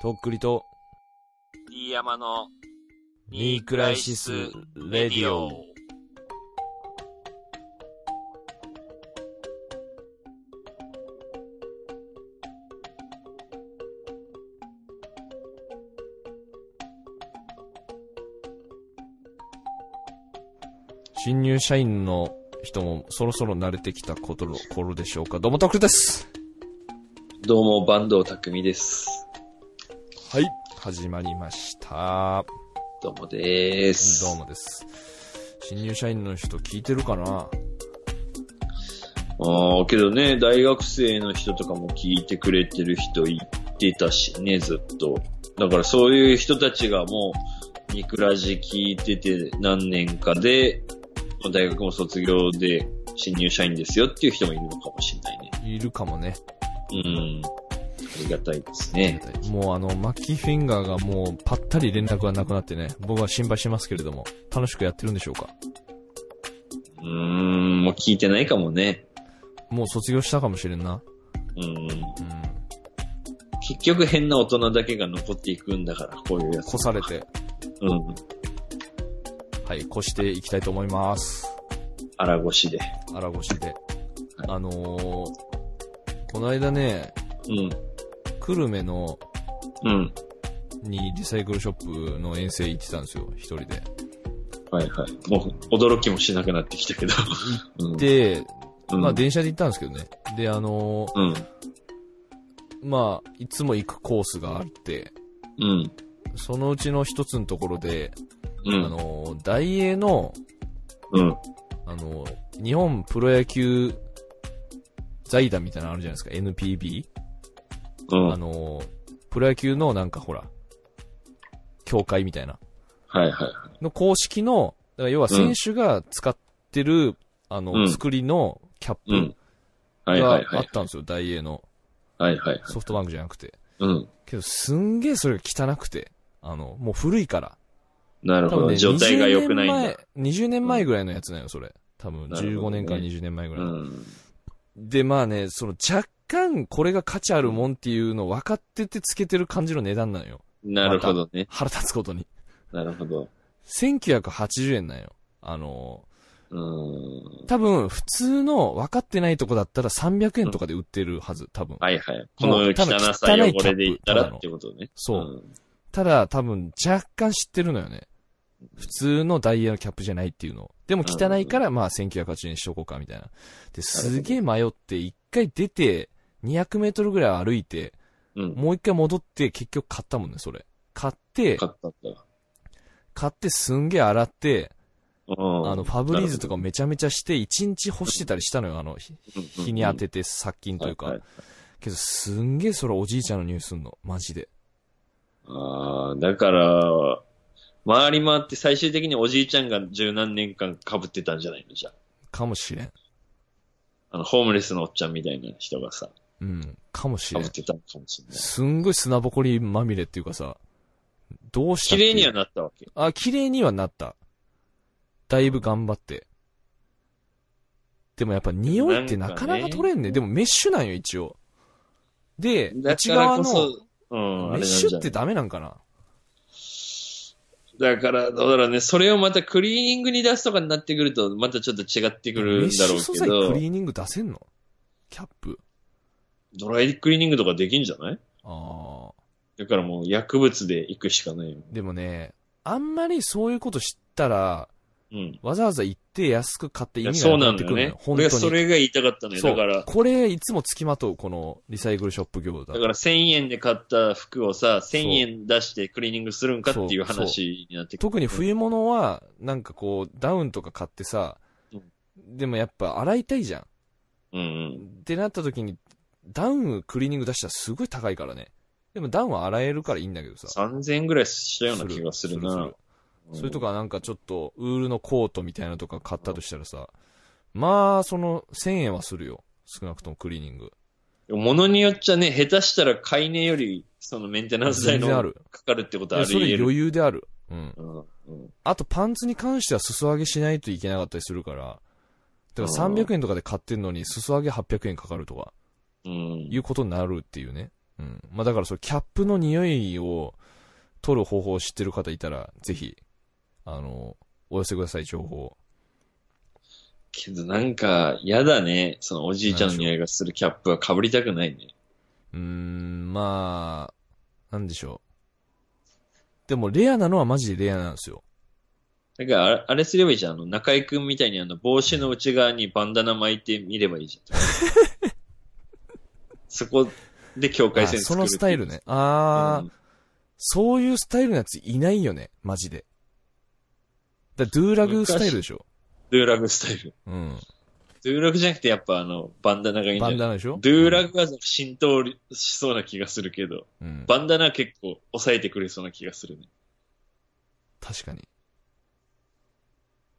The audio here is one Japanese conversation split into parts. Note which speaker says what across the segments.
Speaker 1: とっくりと、
Speaker 2: 飯山の
Speaker 1: ニークライシス・レディオ。新入社員の人もそろそろ慣れてきたことの頃でしょうか。どうも、とっくりです。
Speaker 2: どうも、坂東匠です。
Speaker 1: はい。始まりました。
Speaker 2: どうもでーす。
Speaker 1: どうもです。新入社員の人聞いてるかな
Speaker 2: も。あーけどね、大学生の人とかも聞いてくれてる人言ってたしね、ずっと。だからそういう人たちがもう、ニクラジ聞いてて何年かで、まあ大学も卒業で新入社員ですよっていう人もいるのかもしれないね。
Speaker 1: いるかもね。
Speaker 2: うん。ありがたいです
Speaker 1: あり
Speaker 2: ね
Speaker 1: が。たいもうあの、マッキーフィンガーがもうぱったり連絡がなくなってね、僕は心配してますけれども、楽しくやってるんでしょうか
Speaker 2: うーん、もう聞いてないかもね。
Speaker 1: もう卒業したかもしれんな。
Speaker 2: うん。
Speaker 1: うん。
Speaker 2: 結局変な大人だけが残っていくんだから、こういうやつ
Speaker 1: 越。されて、
Speaker 2: うん。
Speaker 1: はい、越していきたいと思います。
Speaker 2: 腹越しで。
Speaker 1: 荒越で。あのー、この間ね、
Speaker 2: うん。
Speaker 1: 久留米の、
Speaker 2: うん。
Speaker 1: にリサイクルショップの遠征行ってたんですよ、一人で。
Speaker 2: はいはい。もう、驚きもしなくなってきた けど。うん、
Speaker 1: で、
Speaker 2: うん、
Speaker 1: まあ電車で行ったんですけどね。で、あのー、
Speaker 2: うん。
Speaker 1: まあ、いつも行くコースがあって、
Speaker 2: うん。
Speaker 1: そのうちの一つのところで、
Speaker 2: う
Speaker 1: あ
Speaker 2: ん。
Speaker 1: の、大英の、
Speaker 2: うん。
Speaker 1: あの、日本プロ野球財団みたいなのあるじゃないですか、NPB?、
Speaker 2: うん。
Speaker 1: あ
Speaker 2: はい
Speaker 1: の、プロ野球のなんかほら、協会みたいな、
Speaker 2: はいはい。
Speaker 1: の公式の、だから要は選手が使ってる、あの、
Speaker 2: うん
Speaker 1: 作りのキャ
Speaker 2: う
Speaker 1: ッ
Speaker 2: ん
Speaker 1: プ。
Speaker 2: はいは
Speaker 1: が
Speaker 2: いは
Speaker 1: あっ
Speaker 2: い。
Speaker 1: たんですよ、大英の。
Speaker 2: はいはい。
Speaker 1: ソフトバンクじゃなくて。
Speaker 2: うん。
Speaker 1: けど、すんげえそれが汚くて、あの、もう古いから。
Speaker 2: なる
Speaker 1: 多
Speaker 2: ほ
Speaker 1: 分
Speaker 2: ど。
Speaker 1: ね、
Speaker 2: 状態が良くないん
Speaker 1: 20
Speaker 2: だ。
Speaker 1: 年前、20年前ぐらいのやつなよ、それ。多分、
Speaker 2: なるほ
Speaker 1: 15
Speaker 2: どね
Speaker 1: 年か20年前ぐ
Speaker 2: う
Speaker 1: らいの。
Speaker 2: ん。
Speaker 1: で、まあね、その若干これが価値あるもんっていうの分かっててつけてる感じの値段なんよ。
Speaker 2: なるほどね。
Speaker 1: 腹立つことに。
Speaker 2: なるほど。
Speaker 1: 1980円なんよ。あの
Speaker 2: うん
Speaker 1: ー、。多分普通の分かってないとこだったら300円とかで売ってるはず、多分。
Speaker 2: はいはい。こ
Speaker 1: も
Speaker 2: の
Speaker 1: う多分
Speaker 2: 汚さ
Speaker 1: 汚い
Speaker 2: 汚れでいっ
Speaker 1: キ
Speaker 2: た
Speaker 1: ャッ
Speaker 2: ら
Speaker 1: プ
Speaker 2: ってことね。
Speaker 1: そうただ多分若干知ってるのよね。普通のダイヤのキャップじゃないっていうのを。でも汚いからまあ1980円にしとこうかみたいな。で、すげえ迷って一回出て200メートルぐらい歩いて、
Speaker 2: うん。うん。
Speaker 1: もう一回戻って結局買ったもんね、それ。買って、
Speaker 2: 買ったった。
Speaker 1: 買ってすんげえ洗って、
Speaker 2: うん。
Speaker 1: あの、ファブリーズとかめちゃめちゃして、一日干してたりしたのよ、あの、ひ
Speaker 2: うんうん
Speaker 1: 日に当てて殺菌という
Speaker 2: は
Speaker 1: か
Speaker 2: は。
Speaker 1: けど、すんげえそれおじいちゃんの匂いすんの、マジで。
Speaker 2: ああ、だから、回り回って最終的におじいちゃんが十何年間被ってたんじゃないのじゃあ。
Speaker 1: かもしれん。
Speaker 2: あの、ホームレスのおっちゃんみたいな人がさ、
Speaker 1: うん、かもし
Speaker 2: 被
Speaker 1: れ
Speaker 2: っ
Speaker 1: ん。
Speaker 2: てたのかもしれない。
Speaker 1: すんごい砂ぼこりまみれっていうかさ、どうした
Speaker 2: 綺
Speaker 1: ってい
Speaker 2: 麗
Speaker 1: う
Speaker 2: にはなったわけ。
Speaker 1: あ、綺麗にはなった。だいぶ頑張って。でもやっぱ匂いってなかなか取れんね。でもメッシュなんよ、一応。で、
Speaker 2: だ
Speaker 1: 内
Speaker 2: から
Speaker 1: 側
Speaker 2: こ
Speaker 1: の
Speaker 2: そ、うん、あ
Speaker 1: メッ
Speaker 2: れなん
Speaker 1: シュ
Speaker 2: じゃ
Speaker 1: っ
Speaker 2: な
Speaker 1: て
Speaker 2: い
Speaker 1: ダメなんかな
Speaker 2: だから、だからね、それをまたクリーニングに出すとかになってくると、またちょっと違ってく
Speaker 1: メ
Speaker 2: る
Speaker 1: ッ
Speaker 2: ん
Speaker 1: シ
Speaker 2: だろ
Speaker 1: ュ
Speaker 2: う
Speaker 1: 素
Speaker 2: け
Speaker 1: 材ク
Speaker 2: ど、
Speaker 1: リーニング出せんのキャップ。
Speaker 2: ドライクリーニングとかできんじゃない
Speaker 1: ああ。
Speaker 2: だからもう薬物で行くしかないよ。
Speaker 1: でもね、あんまりそういうこと知ったら、
Speaker 2: うん。
Speaker 1: わざわざ行って安く買って意
Speaker 2: いや
Speaker 1: 味
Speaker 2: そ
Speaker 1: が
Speaker 2: うな
Speaker 1: なんくなって
Speaker 2: だ
Speaker 1: く
Speaker 2: よ
Speaker 1: るの
Speaker 2: ね
Speaker 1: よ。。本
Speaker 2: 俺
Speaker 1: 当
Speaker 2: が
Speaker 1: に。
Speaker 2: それが言いたかったのよ。
Speaker 1: そ
Speaker 2: だ
Speaker 1: う
Speaker 2: から、
Speaker 1: これ、いつもつきまとう、このリサイクルショップ業だ
Speaker 2: だ。から1000円で買った服をさ、1000円出してクリーニングするんかっていう
Speaker 1: そうそう
Speaker 2: 話になってくる。
Speaker 1: 特に冬物は、なんかこう、ダウンとか買ってさ
Speaker 2: うん、
Speaker 1: でもやっぱ洗いたいじゃん。
Speaker 2: うんうん。
Speaker 1: ってなった時に、ダウンクリーニング出したらすごい高いからね。でもダウンは洗えるからいいんだけどさ。
Speaker 2: 3000円ぐらいしたような気がす
Speaker 1: す
Speaker 2: るな
Speaker 1: る。それとかなんかちょっと、ウールのコートみたいなのとか買ったとしたらさ、まあ、その、1000円はするよ。少なくともクリーニング。
Speaker 2: 物によっちゃね、下手したら買い値より、そのメンテナンス代の
Speaker 1: 全然ある
Speaker 2: かかるってこと
Speaker 1: い
Speaker 2: は
Speaker 1: や
Speaker 2: あり
Speaker 1: そ
Speaker 2: 得
Speaker 1: れ
Speaker 2: る。
Speaker 1: 余裕である。うん。
Speaker 2: うんうん
Speaker 1: あと、パンツに関しては裾上げしないといけなかったりするから、だから300円とかで買ってんのに、裾上げ800円かかるとか、
Speaker 2: うん
Speaker 1: いうことになるっていうね。うん。まあだからそのキャップの匂いを取る方法を知ってる方いたら、ぜひ、あの、お寄せください、情報を。
Speaker 2: けどなんか、嫌だね。そのおじいちゃんの匂いがするキャップは被りたくないね。
Speaker 1: うーん、まあ、なんでしょう。でもレアなのはマジでレアなんですよ。
Speaker 2: だからあれ、あれすればいいじゃん。あの、中井くんみたいにあの、帽子の内側にバンダナ巻いてみればいいじゃん。 そこで境界線
Speaker 1: あ
Speaker 2: 作
Speaker 1: そ
Speaker 2: る
Speaker 1: のスタイルね。。あー、
Speaker 2: うん
Speaker 1: そういうスタイルのやついないよね、マジで。だドゥーラグスタイルでしょ。
Speaker 2: ドゥーラグスタイル。
Speaker 1: うん。
Speaker 2: ドゥーラグじゃなくてやっぱあの、バンダナがいいんじ
Speaker 1: バ
Speaker 2: ゃな
Speaker 1: ン
Speaker 2: い
Speaker 1: ダナでしょ
Speaker 2: ドゥーラグは浸透しそうな気がするけど、
Speaker 1: うん。
Speaker 2: バンダナは結構抑えてくれそうな気がするね。
Speaker 1: 確かに。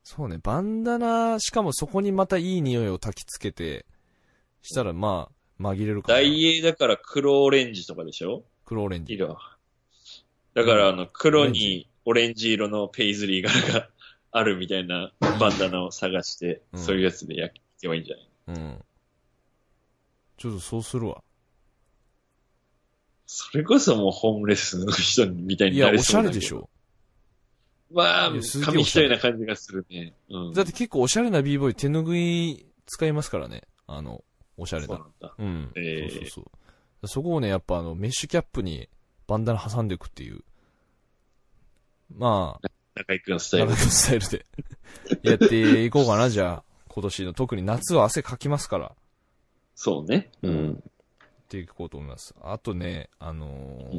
Speaker 1: そうね、バンダナ、しかもそこにまたいい匂いを焚きつけて、したらまあ、紛れるか
Speaker 2: ダ
Speaker 1: ら。
Speaker 2: イエーだから黒オレンジとかでしょ
Speaker 1: 黒オレンジ。
Speaker 2: 色は。だからあの、黒
Speaker 1: オレン
Speaker 2: に
Speaker 1: ジ
Speaker 2: オレンジ色のペイズリー柄があるみた いなバンダナを探して、
Speaker 1: うん
Speaker 2: そういうやつで焼けばいいんじゃない
Speaker 1: うん。ちょっとそうするわ。
Speaker 2: それこそもうホームレスの人みた
Speaker 1: い
Speaker 2: いに
Speaker 1: や
Speaker 2: な、
Speaker 1: お
Speaker 2: れ
Speaker 1: し
Speaker 2: そ
Speaker 1: ゃ
Speaker 2: うだ
Speaker 1: れ
Speaker 2: けど
Speaker 1: でし。ょ。
Speaker 2: まあ
Speaker 1: いやす、げえ
Speaker 2: 紙一重な感じがするね。うん。
Speaker 1: だって結構おしゃれな b ボーイ手ぬぐい使いますからね。あの、おしゃれ
Speaker 2: そう
Speaker 1: な
Speaker 2: な。んだ。
Speaker 1: うん。
Speaker 2: え
Speaker 1: そ
Speaker 2: ー
Speaker 1: うそうそう。そこをね、やっぱあの、メッシュキャップにバンダナ挟んでいくっていう。まあ、
Speaker 2: 中井くんのスタイ
Speaker 1: な
Speaker 2: ル
Speaker 1: る。スタイルで やっていこうかな、じゃあ。今年の、特に夏は汗かきますから、や
Speaker 2: そうね。うん。
Speaker 1: っていこうと思います。あとね、あのー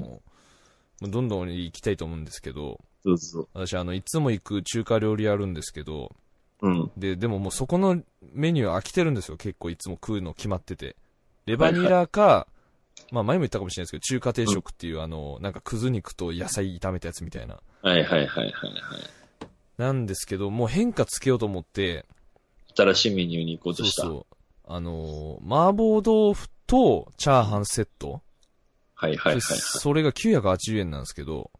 Speaker 1: もうどんどん行きたいと思うんですけど、
Speaker 2: どうぞ。
Speaker 1: 私あの、いつも行く中華料理屋あるんですけど、
Speaker 2: うん。
Speaker 1: で、でももうそこのメニュー飽きてるんですよ。結構いつも食うの決まってて。レバニラか、まあ前も言ったかもしれないですけど、中華定食っていう、あの、なんかくず肉と野菜炒めたやつみたいな。
Speaker 2: はいはいはいはいはい。
Speaker 1: なんですけど、もう変化つけようと思って、
Speaker 2: 新しいメニューに行こうと
Speaker 1: そう
Speaker 2: した。
Speaker 1: そう。あのー、麻婆豆腐とチャーハンセット。
Speaker 2: はいはいは
Speaker 1: で
Speaker 2: いはい。
Speaker 1: それが980円なんですけど、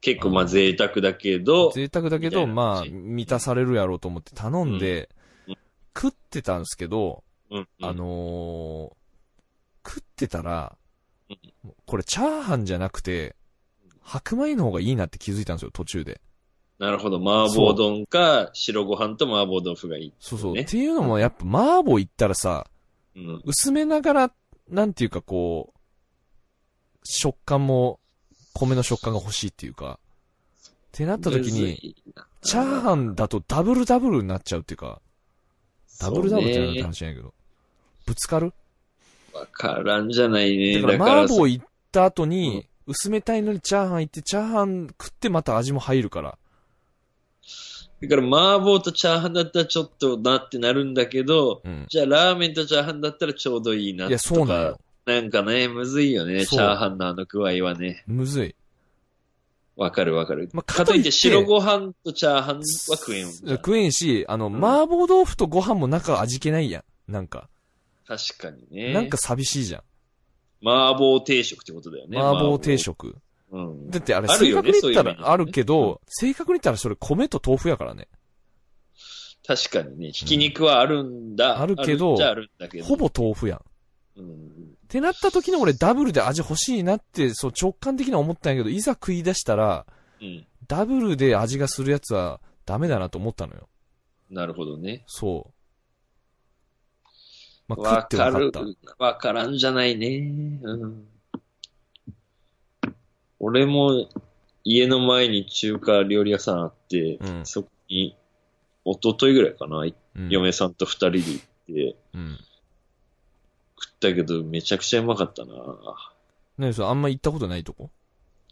Speaker 2: 結構まあ贅沢だけど、
Speaker 1: 贅沢だけ
Speaker 2: みたい
Speaker 1: ど、
Speaker 2: な
Speaker 1: まあ、
Speaker 2: 感じ
Speaker 1: 満たされるやろうと思って頼んで、
Speaker 2: うん
Speaker 1: 食ってたんですけど、
Speaker 2: うんうん
Speaker 1: あのー食ってたら
Speaker 2: うん、
Speaker 1: これチャーハンじゃなくて、白米の方がいいなって気づいたんですよ、途中で。
Speaker 2: なるほど、麻婆丼か白ご飯と麻婆豆腐がいい。
Speaker 1: そうそう。
Speaker 2: ね
Speaker 1: っていうのも、やっぱ麻婆行ったらさ、
Speaker 2: うん。
Speaker 1: 薄めながら、なんていうかこう、食感も、米の食感が欲しいっていうか、ってなった時に、チャー
Speaker 2: ン、
Speaker 1: ハンだとダブルダブルになっちゃうっていうか、ダブルダブルってなるって
Speaker 2: そうね
Speaker 1: 話じゃないけど、ぶつかる
Speaker 2: わからんじゃないね。
Speaker 1: だから、
Speaker 2: だから
Speaker 1: 麻婆行った後に、薄めたいのにチャーハン行って、チャーハン食ってまた味も入るから。
Speaker 2: だから麻婆とチャーハンだったらちょっとなってなるんだけど、
Speaker 1: うん。
Speaker 2: じゃあラーメンとチャーハンだったらちょうどいいなとか。
Speaker 1: いや、そうなのよ。
Speaker 2: なんかね、むずいよね、
Speaker 1: そ
Speaker 2: チ
Speaker 1: う
Speaker 2: ャーハンのあの具合はね。
Speaker 1: むずい。
Speaker 2: わかるわかる。
Speaker 1: まあ
Speaker 2: かといって白
Speaker 1: 飯
Speaker 2: ご飯とチャーハンは食えん。確
Speaker 1: 食えんし、あの、
Speaker 2: ん
Speaker 1: 麻婆豆腐とご飯も中味気ないやん。なんか、
Speaker 2: かにね。
Speaker 1: なんか寂しいじゃん。
Speaker 2: 麻婆定食ってことだよね。
Speaker 1: 麻婆定。食。
Speaker 2: うん。
Speaker 1: だってあれ、
Speaker 2: ある
Speaker 1: 正
Speaker 2: よ
Speaker 1: 確
Speaker 2: ね
Speaker 1: に言った
Speaker 2: そういう意味で
Speaker 1: ら
Speaker 2: ね
Speaker 1: あるけど、正確に言ったらそれ米と豆腐やからね。
Speaker 2: 確かにね、ひき肉はあるんだ。
Speaker 1: うんあるけど
Speaker 2: っちゃあるんだけど。
Speaker 1: ほぼ豆腐やん。っ
Speaker 2: うん。
Speaker 1: てなった時の俺ダブルで味欲しいなって、そう直感的には思ったんやけど、いざ食い出したら、
Speaker 2: うん。
Speaker 1: ダブルで味がするやつはダメだなと思ったのよ。
Speaker 2: なるほどね。
Speaker 1: そう。まあ、食
Speaker 2: わ
Speaker 1: って分
Speaker 2: か
Speaker 1: かっ
Speaker 2: る
Speaker 1: た。。
Speaker 2: わからんじゃないね。うん。俺も家の前に中華料理屋さんあって、
Speaker 1: うん
Speaker 2: そこに一昨日ぐらいかな、
Speaker 1: うん。
Speaker 2: 嫁さんと二人で行って
Speaker 1: うん。
Speaker 2: 食ったけどめちゃくちゃうまかったな。
Speaker 1: ねそうあんま行ったことないとこ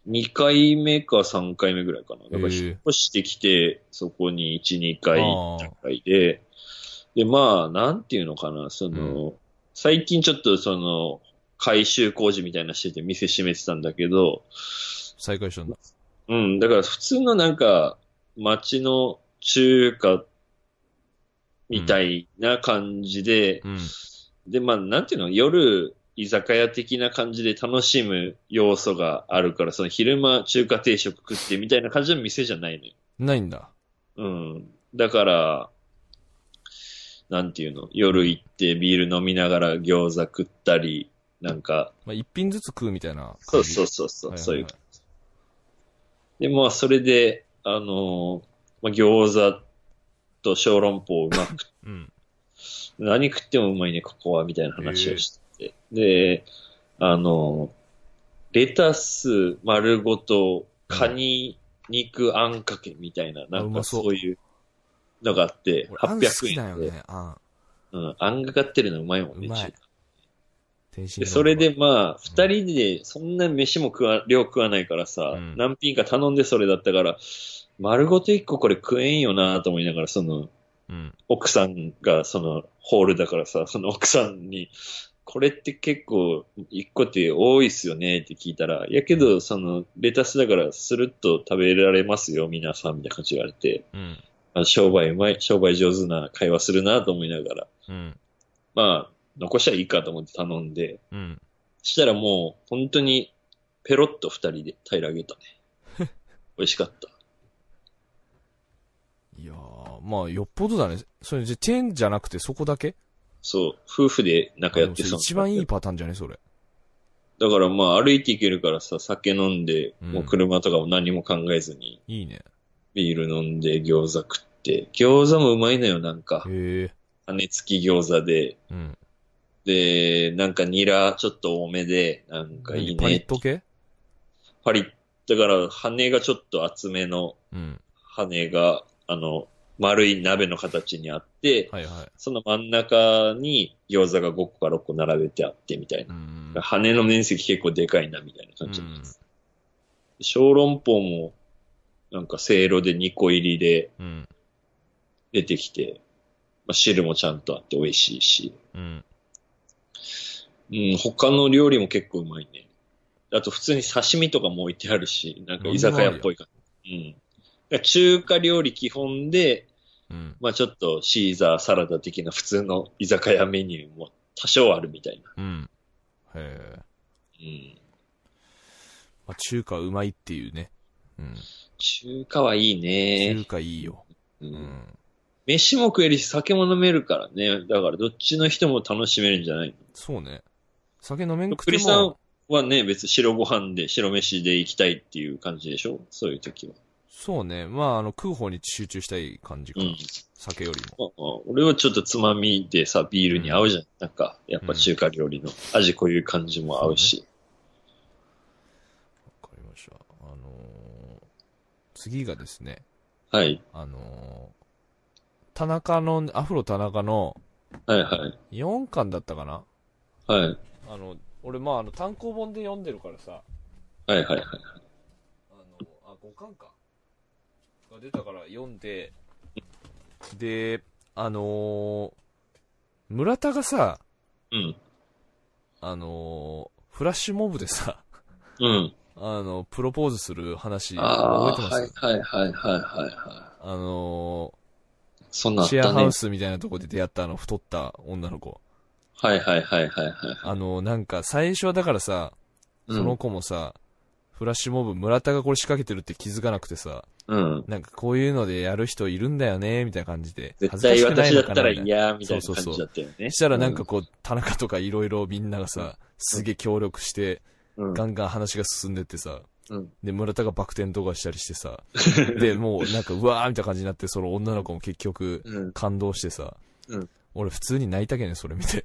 Speaker 2: 2回目か3回目ぐらいかな。だから
Speaker 1: へえ
Speaker 2: 引っ越してきて、そこに1、2回行ったくらいで、で、まあ、なんていうのかな、その、最近ちょっとその、改修工事みたいなのしてて店閉めてたんだけど、
Speaker 1: 再開したんだ。
Speaker 2: うん、だから普通のなんか、街の中華みたいな感じで、
Speaker 1: うん。
Speaker 2: で、まあ、なんていうの、夜、居酒屋的な感じで楽しむ要素があるから、その昼間中華定食食ってみたいな感じの店じゃないのよ。
Speaker 1: ないんだ。
Speaker 2: うん。だから、なんていうの、夜行ってビール飲みながら餃子食ったり、なんか、
Speaker 1: まあ、一品ずつ食うみたいな
Speaker 2: そ
Speaker 1: 感
Speaker 2: う
Speaker 1: じ。
Speaker 2: そうそうそう、
Speaker 1: はいはいはい
Speaker 2: そういう感じ。で、まあ、それで、あのーまあ、餃子と小籠包うまく、
Speaker 1: うん。
Speaker 2: 何食ってもうまいね、ここは、みたいな話をしてて。で、あのーレタス丸ごと、カニ、肉、あんかけみたいな、な
Speaker 1: あうんま
Speaker 2: か
Speaker 1: そう
Speaker 2: そういうのがあって、
Speaker 1: 俺、あん好
Speaker 2: 800
Speaker 1: きだよ
Speaker 2: 円で。
Speaker 1: ね、あん。
Speaker 2: うん、あんがかってるのうまいもんね、
Speaker 1: うまい
Speaker 2: 一番
Speaker 1: 天津
Speaker 2: で、
Speaker 1: 丼
Speaker 2: それで、まあ、二人で、そんな飯も食わ、量食わないからさ、
Speaker 1: うん
Speaker 2: 何品か頼んでそれだったから、丸ごと一個これ食えんよなと思いながら、その、
Speaker 1: うん。
Speaker 2: 奥さんが、その、ホールだからさ、その奥さんに、これって結構、一個って多いっすよねって聞いたら、やけど、その、レタスだから、スルッと食べられますよ、皆さん、みたいな感じで言われて、
Speaker 1: うん。
Speaker 2: あ商売うまい、商売上手な会話するなと思いながら、
Speaker 1: うん。
Speaker 2: まあ、残しちゃいいかと思って頼んで、
Speaker 1: うん。
Speaker 2: したらもう、本当に、ペロッと二人で平らげたね。 美味しかった。
Speaker 1: いやー、まあ、よっぽどだね。それ、じゃチェーンじゃなくてそこだけ
Speaker 2: そう、夫婦でなんかやっ
Speaker 1: で
Speaker 2: て
Speaker 1: もそれ
Speaker 2: さ。
Speaker 1: 一番いいパターンじゃね、それ。
Speaker 2: だからまあ、歩いていけるからさ、酒飲んで、
Speaker 1: うん
Speaker 2: もう車とかも何も考えずに、
Speaker 1: いいね。
Speaker 2: ビール飲んで、餃子食って。餃子もうまいのよ、なんか。
Speaker 1: へえ。
Speaker 2: 羽根付き餃子で。
Speaker 1: うん。
Speaker 2: で、なんかニラちょっと多めで、なんかいい
Speaker 1: パリッ
Speaker 2: ね。
Speaker 1: と系
Speaker 2: パリッ。だから、羽がちょっと厚めの
Speaker 1: うん。
Speaker 2: 羽が、あの、丸い鍋の形にあって、
Speaker 1: はいはい。
Speaker 2: その真ん中に餃子が5個か6個並べてあってみたいな
Speaker 1: う。ん。
Speaker 2: 羽の面積結構でかいなみたいな
Speaker 1: う
Speaker 2: 感じなん
Speaker 1: ん
Speaker 2: です。小籠包もなんかせいろで2個入りで
Speaker 1: うん。
Speaker 2: 出てきて、まあ、汁もちゃんとあって美味しいし、
Speaker 1: うん。
Speaker 2: うん、他の料理も結構うまいね。あと普通に刺身とかも置いてあるし、なんか居酒屋っぽい感じ。うん。だから中華料理基本で、
Speaker 1: うん。
Speaker 2: まあちょっとシーザーサラダ的な普通の居酒屋メニューも多少あるみたいな。
Speaker 1: うん。へえ。
Speaker 2: うん。
Speaker 1: まあ、中華うまいっていうね。うん。
Speaker 2: 中華はいいね
Speaker 1: 中。華いいよ。
Speaker 2: う、
Speaker 1: うんん。
Speaker 2: 飯も食えるし、酒も飲めるからね。だから、どっちの人も楽しめるんじゃない
Speaker 1: そうね。酒飲めん
Speaker 2: の
Speaker 1: く
Speaker 2: ク
Speaker 1: て
Speaker 2: リさん
Speaker 1: も、
Speaker 2: はね、別に白ご飯で、白飯で行きたいっていう感じでしょそういう時は。
Speaker 1: そうね。まあ、あの、食う方に集中したい感じか
Speaker 2: う
Speaker 1: な。
Speaker 2: ん。
Speaker 1: 酒よりも。
Speaker 2: まあまあ俺はちょっとつまみでさ、ビールに合うじゃん。なんか、やっぱ中華料理の味こういう感じも合うし。
Speaker 1: わかりました。あのー次がですね、
Speaker 2: はい。
Speaker 1: あのー田中の、アフロ田中の
Speaker 2: はいはい。
Speaker 1: 4巻だったかな
Speaker 2: はい。
Speaker 1: あの、俺、まあ、あの、単行本で読んでるからさ、
Speaker 2: はいはいはい。
Speaker 1: あの、あ、5巻か。が出たから読んで、で、あのー村田がさ、
Speaker 2: うん。
Speaker 1: あのーフラッシュモブでさ、
Speaker 2: うん。
Speaker 1: あの、プロポーズする話、
Speaker 2: あ
Speaker 1: 覚えて
Speaker 2: あ
Speaker 1: ま
Speaker 2: ー、
Speaker 1: す、
Speaker 2: はいはいはいはいはいは
Speaker 1: あの
Speaker 2: い。そん
Speaker 1: ー
Speaker 2: なんあっ
Speaker 1: シェア
Speaker 2: た
Speaker 1: ハ
Speaker 2: ね
Speaker 1: ウ。スみたいなとこで出会ったあの、太った女の子。
Speaker 2: はいはいはいはいはい。
Speaker 1: あのーなんか、最初はだからさ、
Speaker 2: うん
Speaker 1: その子もさ、フラッシュモブ村田がこれ仕掛けてるって気づかなくてさ、
Speaker 2: うん。
Speaker 1: なんかこういうのでやる人いるんだよね、みたいな感じで。
Speaker 2: 絶対私だったら
Speaker 1: 恥ずかしくないのかなみたいな
Speaker 2: 嫌みたいな感じだったよね。
Speaker 1: したらなんかこう、田中とかいろいろみんながさ、すげえ協力して、
Speaker 2: うん、
Speaker 1: ガンガン話が進んでってさ、
Speaker 2: うん
Speaker 1: で、村田がバク転動画したりしてさ、で、もうなんかうわーみたいな感じになって、その女の子も結局、
Speaker 2: うん。
Speaker 1: 感動してさ、
Speaker 2: うん
Speaker 1: 俺普通に泣いたけどね、それ見て。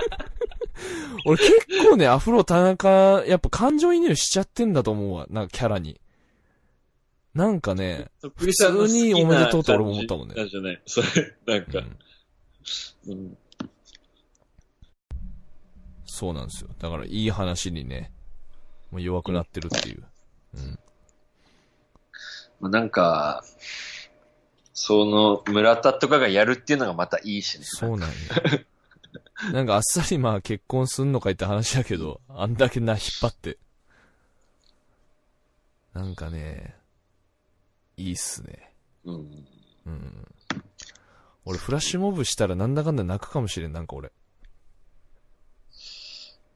Speaker 1: 俺結構ね、アフロ田中、やっぱ感情移入しちゃってんだと思うわ、なんかキャラに。なんかね、
Speaker 2: そっ
Speaker 1: くりさんの好きな感じ普通におめでとうって俺も思ったもんね
Speaker 2: なんじゃない。それ、なん
Speaker 1: う
Speaker 2: か、
Speaker 1: ん、
Speaker 2: うん。
Speaker 1: そうなんですよ。だからいい話にね、もう弱くなってるっていう。うん。
Speaker 2: まあなんか、その、村田とかがやるっていうのがまたいいしね。
Speaker 1: そうなんよ。なんかあっさりまあ結婚すんのかいって話だけど、あんだけな、引っ張って。なんかね、いいっすね。
Speaker 2: うん。
Speaker 1: うん。俺フラッシュモブしたらなんだかんだ泣くかもしれん、なんか俺。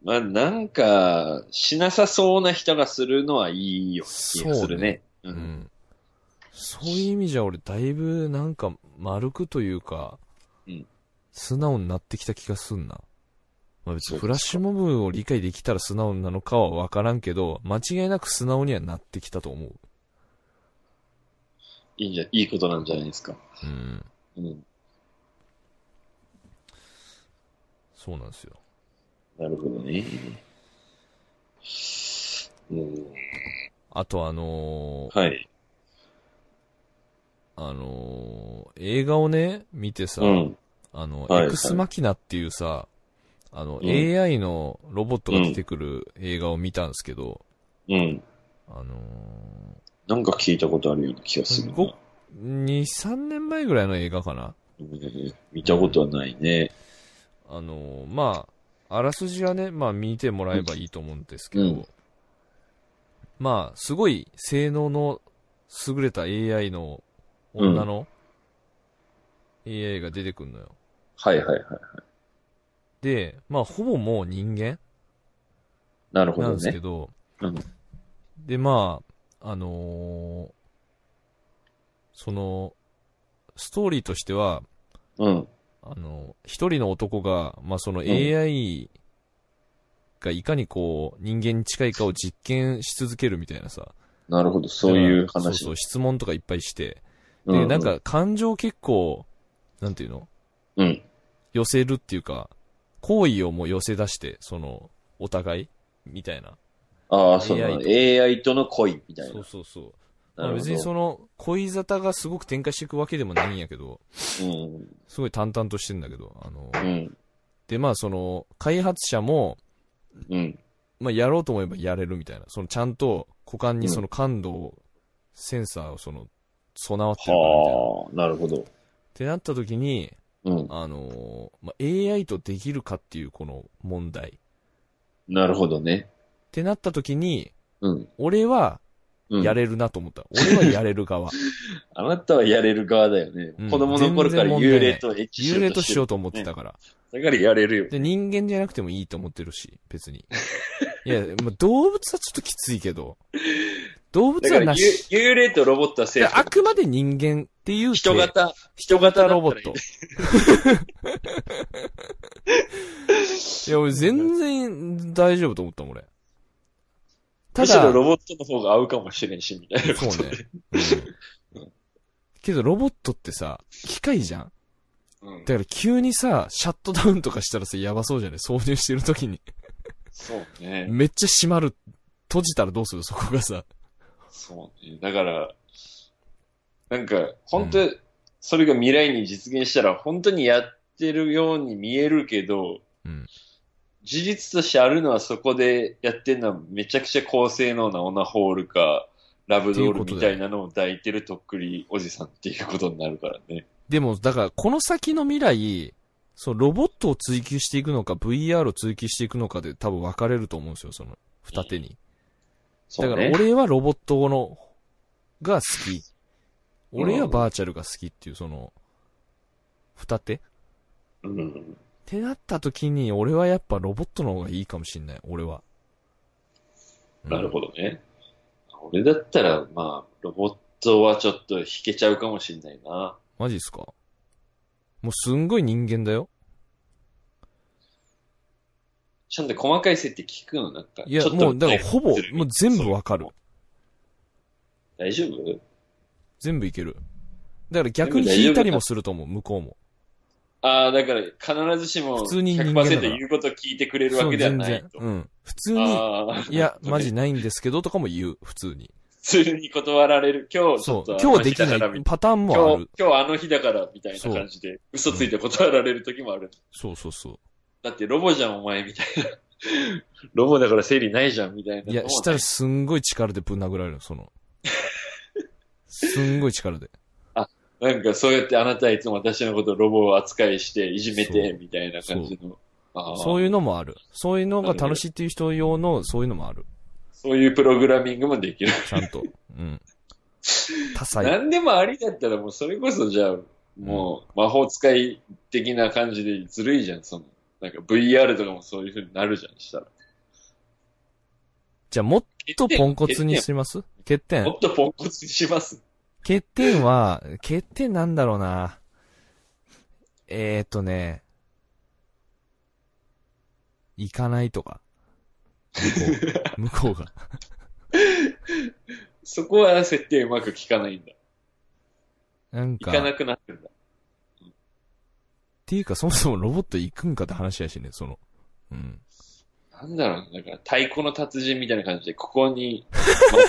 Speaker 2: まあなんか、しなさそうな人がするのはいいよ、気がするね。う。
Speaker 1: うんん。そういう意味じゃ俺だいぶなんか丸くというか、
Speaker 2: うん
Speaker 1: 素直になってきた気がすんな。まあ別
Speaker 2: そ
Speaker 1: に
Speaker 2: うですか
Speaker 1: フラッシュモブを理解できたら素直なのかはわからんけど、間違いなく素直にはなってきたと思う。
Speaker 2: いいんじゃ、いいことなんじゃないですか。
Speaker 1: うん。
Speaker 2: うん。
Speaker 1: そうなんですよ。
Speaker 2: なるほどね。うん。
Speaker 1: あとあのー
Speaker 2: はい。
Speaker 1: あのー映画をね、見てさ、
Speaker 2: うん。
Speaker 1: あの、
Speaker 2: はい
Speaker 1: エクスマキナっていうさ、あの、
Speaker 2: うん
Speaker 1: AI のロボットが出てくる映画を見たんですけど、
Speaker 2: うん。
Speaker 1: あの
Speaker 2: なんか聞いたことあるような気が
Speaker 1: ー、
Speaker 2: する
Speaker 1: す
Speaker 2: な。
Speaker 1: ご、2、3年前ぐらいの映画かな。
Speaker 2: うん見たことはないね。
Speaker 1: あのー、まあ、あらすじはね、まあ見てもらえばいいと思うんですけど、
Speaker 2: うん
Speaker 1: まあ、すごい性能の優れた AI の女の AI が出てくるのよ。
Speaker 2: はいはいはい。
Speaker 1: で、まあ、ほぼもう人間
Speaker 2: なるほ
Speaker 1: なん
Speaker 2: ど
Speaker 1: ですけ
Speaker 2: ね。
Speaker 1: ど、
Speaker 2: うん
Speaker 1: で、まあ、あのーその、ストーリーとしては、
Speaker 2: うん。
Speaker 1: あの、一人の男が、まあ、その
Speaker 2: ん
Speaker 1: AI がいかにこう、人間に近いかを実験し続けるみたいなさ。
Speaker 2: なるほど。そういう
Speaker 1: だからそう
Speaker 2: 話。
Speaker 1: そう、質問とかいっぱいして。
Speaker 2: う
Speaker 1: で、なん、か感情結構、なんていうの
Speaker 2: うん。
Speaker 1: 寄せるっていうか、好意をもう寄せ出して、その、お互いみたいな。
Speaker 2: ああ、そうな AI との恋みたい
Speaker 1: そ
Speaker 2: な
Speaker 1: う。そうそう。ま
Speaker 2: な
Speaker 1: あ
Speaker 2: るほど
Speaker 1: 別にその、恋沙汰がすごく展開していくわけでもないんやけど、
Speaker 2: うん。
Speaker 1: すごい淡々としてんだけど、あの、
Speaker 2: うん。
Speaker 1: で、まあその、開発者も、
Speaker 2: うん。
Speaker 1: まあやろうと思えばやれるみたいな、そのちゃんと股間にその感度を、センサーをその、備わってるからみたいな。っ
Speaker 2: はあ、なるほど。
Speaker 1: てなった時に、
Speaker 2: うん。
Speaker 1: あの、まあ、AI とできるかっていうこの問題。っ
Speaker 2: なるほどね。
Speaker 1: てなった時に、
Speaker 2: うん。
Speaker 1: 俺は
Speaker 2: うん、
Speaker 1: やれるなと思った。俺はやれる 側。
Speaker 2: あなたはやれる側だよね。
Speaker 1: うん
Speaker 2: 子供の頃から幽霊とエッチし
Speaker 1: 幽
Speaker 2: よ
Speaker 1: 霊
Speaker 2: うと
Speaker 1: と
Speaker 2: し
Speaker 1: してよう
Speaker 2: る。
Speaker 1: と思ってたから。
Speaker 2: だからやれるよ。
Speaker 1: で、人間じゃなくてもいいと思ってるし、別に。いや、まあ、動物はちょっときついけど、動
Speaker 2: だ
Speaker 1: 物
Speaker 2: か
Speaker 1: は
Speaker 2: ら
Speaker 1: なし。
Speaker 2: 幽幽霊とロボットはセ
Speaker 1: い
Speaker 2: ー
Speaker 1: や
Speaker 2: フ。
Speaker 1: あくまで人間っていうて
Speaker 2: 人型、
Speaker 1: 人型ロボッ
Speaker 2: だった
Speaker 1: ト
Speaker 2: ら。
Speaker 1: いや、俺全然大丈夫と思ったもん、俺。た
Speaker 2: むしろ
Speaker 1: だ、
Speaker 2: ロボットの方が合うかもしれんし、みたいなこ
Speaker 1: そう
Speaker 2: と
Speaker 1: ね
Speaker 2: で。。
Speaker 1: うんけど、ロボットってさ、機械じゃん
Speaker 2: うん
Speaker 1: だから急にさ、シャットダウンとかしたらさ、やばそうじゃない挿入してる時に。
Speaker 2: そうね。
Speaker 1: めっちゃ閉まる。閉じたらどうするそこがさ。
Speaker 2: そうね。だから、なんか、本当、それが未来に実現したら、本当にやってるように見えるけど、
Speaker 1: うん
Speaker 2: 事実としてあるのはそこでやってるのはめちゃくちゃ高性能なオナホールか、ラブドールみたいなのを抱いてるとっくりおじさんっていうことになるからね。
Speaker 1: でも、だから、この先の未来、そう、ロボットを追求していくのか、VR を追求していくのかで多分分かれると思うんですよ、その、二手に。
Speaker 2: そ
Speaker 1: だ
Speaker 2: うね
Speaker 1: から、俺はロボットの、が好き。
Speaker 2: うん
Speaker 1: 俺はバーチャルが好きっていう、その、二手っ
Speaker 2: うん。
Speaker 1: てなった時に、俺はやっぱロボットの方がいいかもしんない、俺は。
Speaker 2: なる
Speaker 1: ど。
Speaker 2: ほどね。俺だったら、まあ、ロボットはちょっと引けちゃうかもしれないな。
Speaker 1: マジっすかもうすんごい人間だよ。
Speaker 2: ちゃんと細かい設定聞くのなんか。
Speaker 1: いや
Speaker 2: ちょ、っと
Speaker 1: もう、だからほぼ、もう全部わかる。。
Speaker 2: 大丈夫
Speaker 1: 全部いける。だから逆に引いたりもすると思う、向こうも。
Speaker 2: ああ、だから、必ずしも、
Speaker 1: 普通に人間だから
Speaker 2: 100%言うこと聞いてくれるわけではないと。
Speaker 1: そう全然うん。普通に、
Speaker 2: ああ、
Speaker 1: い や、マジないんですけどとかも言う、普通に。
Speaker 2: 普通に断られる。今日、ち
Speaker 1: そ
Speaker 2: ょ
Speaker 1: う
Speaker 2: っと、。
Speaker 1: 今日でき
Speaker 2: あの日だか
Speaker 1: な
Speaker 2: らみ
Speaker 1: いパターン
Speaker 2: たいな
Speaker 1: もあ
Speaker 2: 今
Speaker 1: る
Speaker 2: 日。、今日あの日だから、みたいな感じで、嘘ついて断られる時もある。
Speaker 1: そうそうそ
Speaker 2: だって、ロボじゃん、お前、みたいな。 ロボだから生理ないじゃん、みたいな。
Speaker 1: う。いや、したらすんごい力でぶん殴られるの、その。すんごい力で。
Speaker 2: なんかそうやってあなたはいつも私のことをロボを扱いしていじめ
Speaker 1: そ
Speaker 2: てみたいな感じの。ああ
Speaker 1: そういうのもある。そういうのが楽しいっていう人用の、そういうのもある。
Speaker 2: そういうプログラミングもできる。
Speaker 1: ちゃんと。うん。多彩。
Speaker 2: 何でもありだったらもうそれこそじゃあ、もう魔法使い的な感じでずるいじゃん、その。なんか VR とかもそういう風になるじゃん、したら。
Speaker 1: じゃあ、もっ
Speaker 2: ち
Speaker 1: とポンコツにします欠点
Speaker 2: も。っとポンコツにします。
Speaker 1: 欠点は、欠点なんだろうな。えーっとね。行かないとか。向こう向こうが。
Speaker 2: そこは設定うまく聞かないんだ。
Speaker 1: なん
Speaker 2: 行
Speaker 1: か、
Speaker 2: かなくなってんだ。
Speaker 1: っていうかそもそもロボット行くんかって話やしね、その。うん。
Speaker 2: なんだろう、なんか太鼓の達人みたいな感じで、ここに、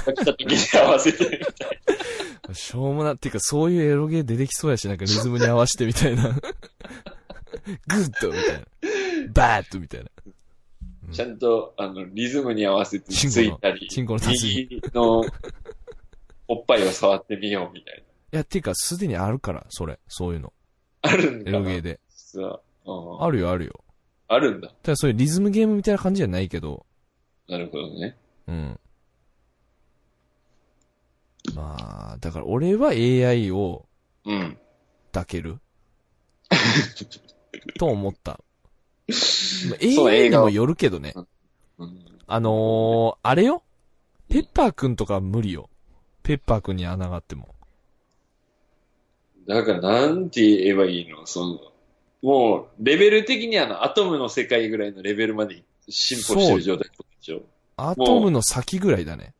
Speaker 2: また来た時に合わせてみたいな。
Speaker 1: しょうもな、っていうかそういうエロゲー出てきそうやし、なんかリズムに合わせてみたいな。 グッドみたいな。バーッとみたいな。
Speaker 2: ちゃんと、あの、リズムに合わせてついたり、
Speaker 1: チンコのチンコの達人
Speaker 2: 右の、おっぱいを触ってみようみたい
Speaker 1: いや、っていうかすでにあるから、それ。そういうの。
Speaker 2: な。あるん
Speaker 1: エ
Speaker 2: だな。
Speaker 1: ロゲーで。
Speaker 2: 実は。うん
Speaker 1: あるよ、あるよ。
Speaker 2: あるんだ。
Speaker 1: ただそういうリズムゲームみたいな感じじゃないけど。
Speaker 2: なるほどね。
Speaker 1: うん。まあ、だから俺は AI を
Speaker 2: うん。
Speaker 1: 抱け ると思った。ま
Speaker 2: そう
Speaker 1: あ AI
Speaker 2: 映
Speaker 1: に
Speaker 2: 画を
Speaker 1: もよるけどね。
Speaker 2: うん
Speaker 1: あのー、あれよペッパーくんとか無理よ。ペッパーくんに穴があっても。
Speaker 2: だから、なんて言えばいいのその、もう、レベル的にあの、アトムの世界ぐらいのレベルまで進歩してる状態でしょ
Speaker 1: アトムの先ぐらいだね。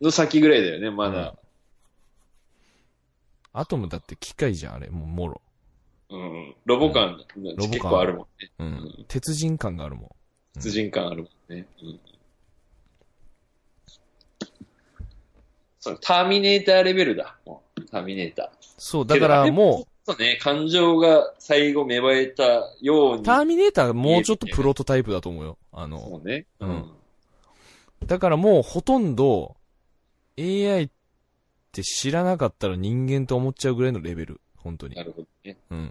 Speaker 2: の先ぐらいだよね、まだ。
Speaker 1: アトムだって機械じゃん、あれ。もう、もろ。
Speaker 2: うん。ロボ感、
Speaker 1: ボ感
Speaker 2: 結構あるもんね。
Speaker 1: う
Speaker 2: うん
Speaker 1: ん。鉄人感があるもん。うん
Speaker 2: 出陣感あるもんね。うん。そのターミネーターレベルだ。もうターミネータ
Speaker 1: そう、
Speaker 2: ー。
Speaker 1: だからも
Speaker 2: う。ちょっとね、感情が最後芽生えたよう
Speaker 1: う、
Speaker 2: に。
Speaker 1: ターミネーターもうちょっとプロトタイプだと思うよ。あの、
Speaker 2: そうね。
Speaker 1: うん。だからもうほとんど AI って知らなかったら人間と思っちゃうぐらいのレベル。本当に
Speaker 2: な。るほどね。
Speaker 1: うん。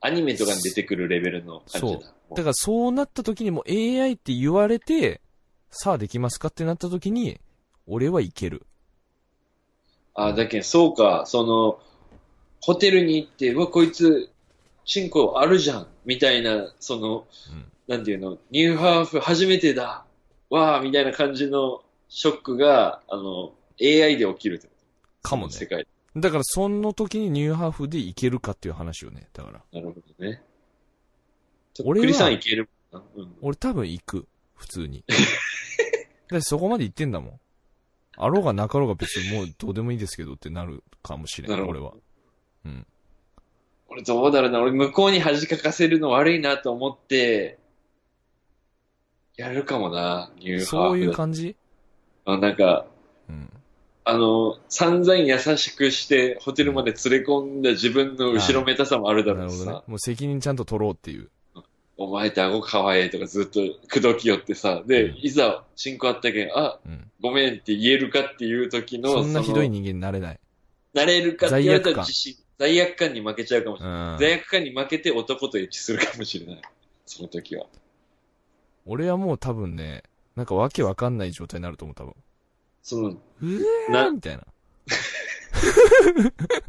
Speaker 2: アニメとかに出てくるレベルの感じだ。も
Speaker 1: だからそうなった時にも AI って言われて、さあできますかってなった時に、俺はいける。
Speaker 2: あ、だけど、そうか、その、ホテルに行って、うわ、こいつ、チンコあるじゃん、みたいな、その、
Speaker 1: うん
Speaker 2: なんていうの、ニューハーフ初めてだ、わー、みたいな感じのショックが、あの、AI で起きるってこと。
Speaker 1: かもね
Speaker 2: 世。界。
Speaker 1: だからその時にニューハーフでいけるかっていう話よね。だから。
Speaker 2: なるほどね。
Speaker 1: 俺は
Speaker 2: クリさんいけるもんな。うん。
Speaker 1: 俺多分行く。普通 に。だってそこまで行ってんだもん。あろうがなかろうが別にもう どうでもいいですけどってなるかもしれん、
Speaker 2: なるほ
Speaker 1: 俺
Speaker 2: ど
Speaker 1: は。
Speaker 2: 俺どうだろうな、俺向こうに恥かかせるの悪いなと思って、やるかもな、ニューハーフだ。
Speaker 1: そういう感じ
Speaker 2: あなんか、
Speaker 1: うん。
Speaker 2: あの、散々優しくして、ホテルまで連れ込んだ自分の後ろめたさもあるだ
Speaker 1: な
Speaker 2: ろう
Speaker 1: る
Speaker 2: し
Speaker 1: ほ
Speaker 2: さ、
Speaker 1: どね。もう責任ちゃんと取ろうっていう。
Speaker 2: お前って顎かわえとかずっと口説きよってさ、で、
Speaker 1: うん
Speaker 2: いざ、進行あったけん、あ、
Speaker 1: うん。
Speaker 2: ごめんって言えるかっていう時の、
Speaker 1: そんなひどい
Speaker 2: の
Speaker 1: 人間になれない。
Speaker 2: なれるかって言われた
Speaker 1: 罪悪
Speaker 2: ら
Speaker 1: 感
Speaker 2: 自信、罪悪感に負けちゃうかもし
Speaker 1: う
Speaker 2: れない。
Speaker 1: ん。
Speaker 2: 罪悪感に負けて男と一致するかもしれない。その時は。
Speaker 1: 俺はもう多分ね、なんかわけわかんない状態になると思う、多分。
Speaker 2: その、
Speaker 1: うえー
Speaker 2: な
Speaker 1: みたいな。うえーっ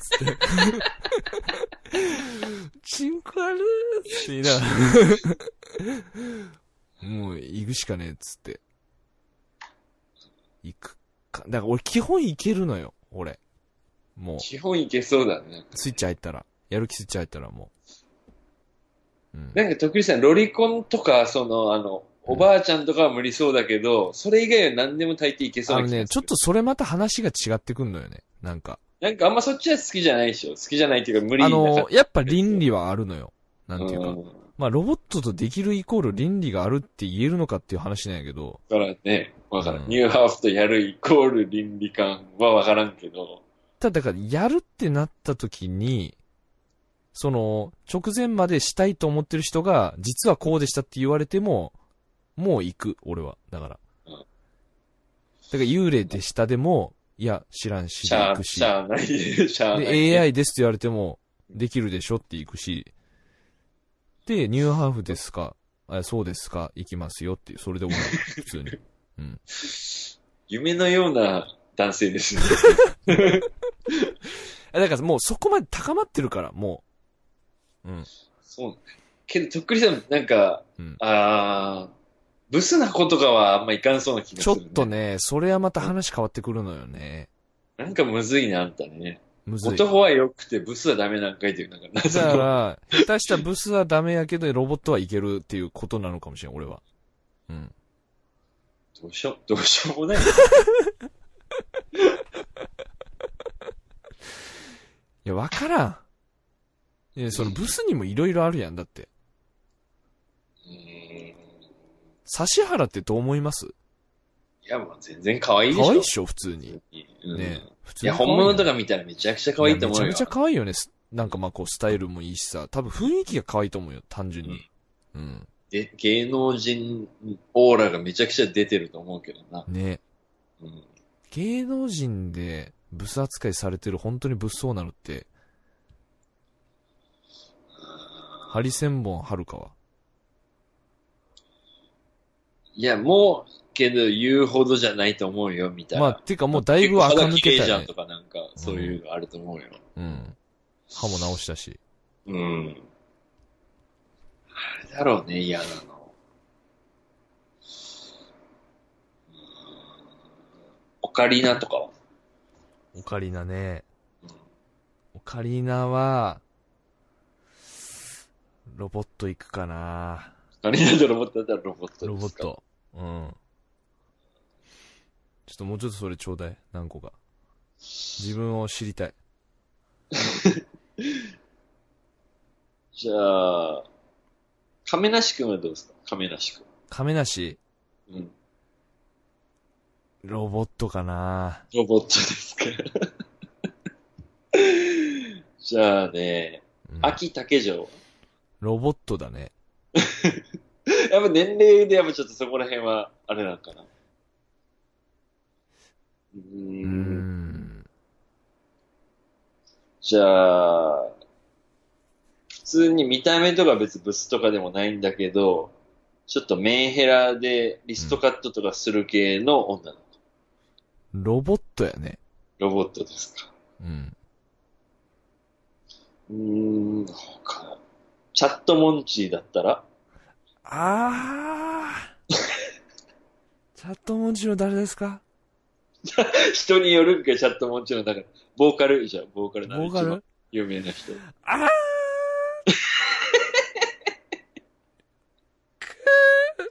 Speaker 1: つって。チンコあるーって言いながら。もう、行くしかねえっつって。行くか。だから俺基本行けるのよ、俺。もう。
Speaker 2: 基本いけそうだね。なんか
Speaker 1: スイッチ入ったら。やる気スイッチ入ったらもう。うん。
Speaker 2: なんか、徳井さん、ロリコンとか、その、あの、おばあちゃんとかは無理そうだけど、それ以外は何でも大抵いけそう
Speaker 1: あ
Speaker 2: な
Speaker 1: の
Speaker 2: 気がする。
Speaker 1: ね、ちょっとそれまた話が違ってくんのよね。なんか。
Speaker 2: なんかあんまそっちは好きじゃないでしょ。好きじゃないっていうか無理
Speaker 1: あ
Speaker 2: なか
Speaker 1: の、やっぱ倫理はあるのよ。な
Speaker 2: うん
Speaker 1: ていうか。
Speaker 2: ん
Speaker 1: まあ、ロボットとできるイコール倫理があるって言えるのかっていう話なんやけど、
Speaker 2: だからね、わからん。
Speaker 1: うん
Speaker 2: ニューハーフとやるイコール倫理観はわからんけど、
Speaker 1: ただだから、やるってなった時に、その、直前までしたいと思ってる人が、実はこうでしたって言われても、もう行く、俺は。だから。
Speaker 2: うん
Speaker 1: だから、幽霊でしたでも、いや、知らんし、
Speaker 2: しゃ
Speaker 1: 行
Speaker 2: あ、
Speaker 1: くし。
Speaker 2: しゃあない、 しゃあない。
Speaker 1: で、AI ですって言われても、できるでしょって行くし、で、ニューハーフですか、あそうですか、行きますよっていう、それで終わる。普通 に。うん。
Speaker 2: 夢のような男性です ね。
Speaker 1: あだからもうそこまで高まってるから、もう。うん。
Speaker 2: そう。けど、とっくりさん、なんか、
Speaker 1: うん
Speaker 2: あー、ブスな子とかはあんまいかんそうな気が
Speaker 1: ち
Speaker 2: す
Speaker 1: ょ
Speaker 2: る、
Speaker 1: っと。ね、それはまた話変わってくるのよね。
Speaker 2: なんかむずいな、あんたね。
Speaker 1: むずい。だ
Speaker 2: 男は良くてブスはダメなんかいっていう、なんか、謎の
Speaker 1: から、下手したブスはダメやけど、ロボットはいけるっていうことなのかもしれん、俺は。うん。
Speaker 2: どうしよう、どうしようもない。
Speaker 1: いや、わからん。いや、そのブスにもいろいろあるやん、だって。
Speaker 2: うーんい
Speaker 1: 指原ってどう思います
Speaker 2: や、もう全然可愛いでしょ。
Speaker 1: 可愛いっしょ、普通に。
Speaker 2: うん
Speaker 1: ね普
Speaker 2: い
Speaker 1: 通に
Speaker 2: や、
Speaker 1: 可愛
Speaker 2: 本
Speaker 1: よ
Speaker 2: 物とか見たらめちゃくちゃ可愛いと思う
Speaker 1: や
Speaker 2: よ
Speaker 1: め。ちゃめちゃ可愛いよね。すなんかまあこう、スタイルもいいしさ、多分雰囲気が可愛いと思うよ、単純に。うん。
Speaker 2: で芸能人オーラがめちゃくちゃ出てると思うけどな。
Speaker 1: ね
Speaker 2: うん、
Speaker 1: 芸能人でブス扱いされてる本当に物騒なのって、ハリセンボンはるかは。
Speaker 2: いや、もう、けど言うほどじゃないと思うよ、みたいな。
Speaker 1: まあ、てかもうだいぶ垢抜け
Speaker 2: 結構肌綺麗
Speaker 1: た
Speaker 2: じゃ
Speaker 1: よ
Speaker 2: ん
Speaker 1: ね
Speaker 2: と。かなんか、そういうのあると思うよ。
Speaker 1: うん。歯も直したし。
Speaker 2: うん。あれだろうね、嫌なの。うんオカリナとかは。
Speaker 1: オカリナね。
Speaker 2: うん
Speaker 1: オカリナは、ロボット行くかな
Speaker 2: オカリナとロボットだったらロボットですか
Speaker 1: ロボッ。ト。うん。ちょっともうちょっとそれちょうだい。何個か。自分を知りたい。
Speaker 2: じゃあ、亀梨くんはどうですか亀梨く
Speaker 1: 亀梨、
Speaker 2: ん。うん。
Speaker 1: ロボットかな
Speaker 2: ロボットですか じゃあね、
Speaker 1: うん
Speaker 2: 秋竹城。
Speaker 1: ロボットだね。
Speaker 2: やっぱ年齢でやっぱちょっとそこら辺は、あれなんかな。う
Speaker 1: う
Speaker 2: ー。
Speaker 1: んん。
Speaker 2: じゃあ、普通に見た目とか別にブスとかでもないんだけど、ちょっとメンヘラでリストカットとかする系の女の子。
Speaker 1: ロボットやね。
Speaker 2: ロボットですか。
Speaker 1: うん。
Speaker 2: うーん、他。チャットモンチーだったら
Speaker 1: あー。チャット文字の誰ですか
Speaker 2: 人によるんか、チャットモンチーの中で。ボーカルじゃん、ボーカル
Speaker 1: ボ
Speaker 2: なの
Speaker 1: ーカ
Speaker 2: 一番
Speaker 1: ル
Speaker 2: 有名な人。
Speaker 1: あー。く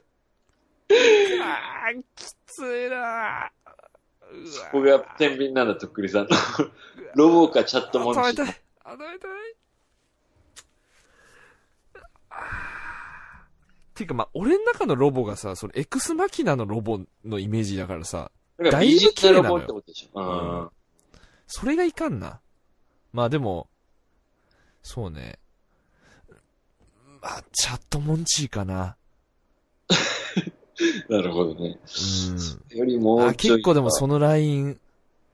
Speaker 1: ー。あー、きついなー。
Speaker 2: そこが天秤なんだ、とっくりさんの。ロボかチャットモンチ
Speaker 1: あ止め
Speaker 2: ー
Speaker 1: た。い。あ、止めたい。あーていうか、まあ、俺の中のロボがさ、そのエクスマキナのロボのイメージだからさ、
Speaker 2: だから
Speaker 1: だい
Speaker 2: 美
Speaker 1: ぶ綺
Speaker 2: 人
Speaker 1: 麗
Speaker 2: な
Speaker 1: な
Speaker 2: ロ
Speaker 1: のよ
Speaker 2: ボってことでしょ。うん。
Speaker 1: それがいかんな。まあでも、そうね。まあ、チャットモンチーかな。
Speaker 2: なるほどね。
Speaker 1: う
Speaker 2: より
Speaker 1: ん。
Speaker 2: も
Speaker 1: あ
Speaker 2: うちょい
Speaker 1: 結構でもそのライン、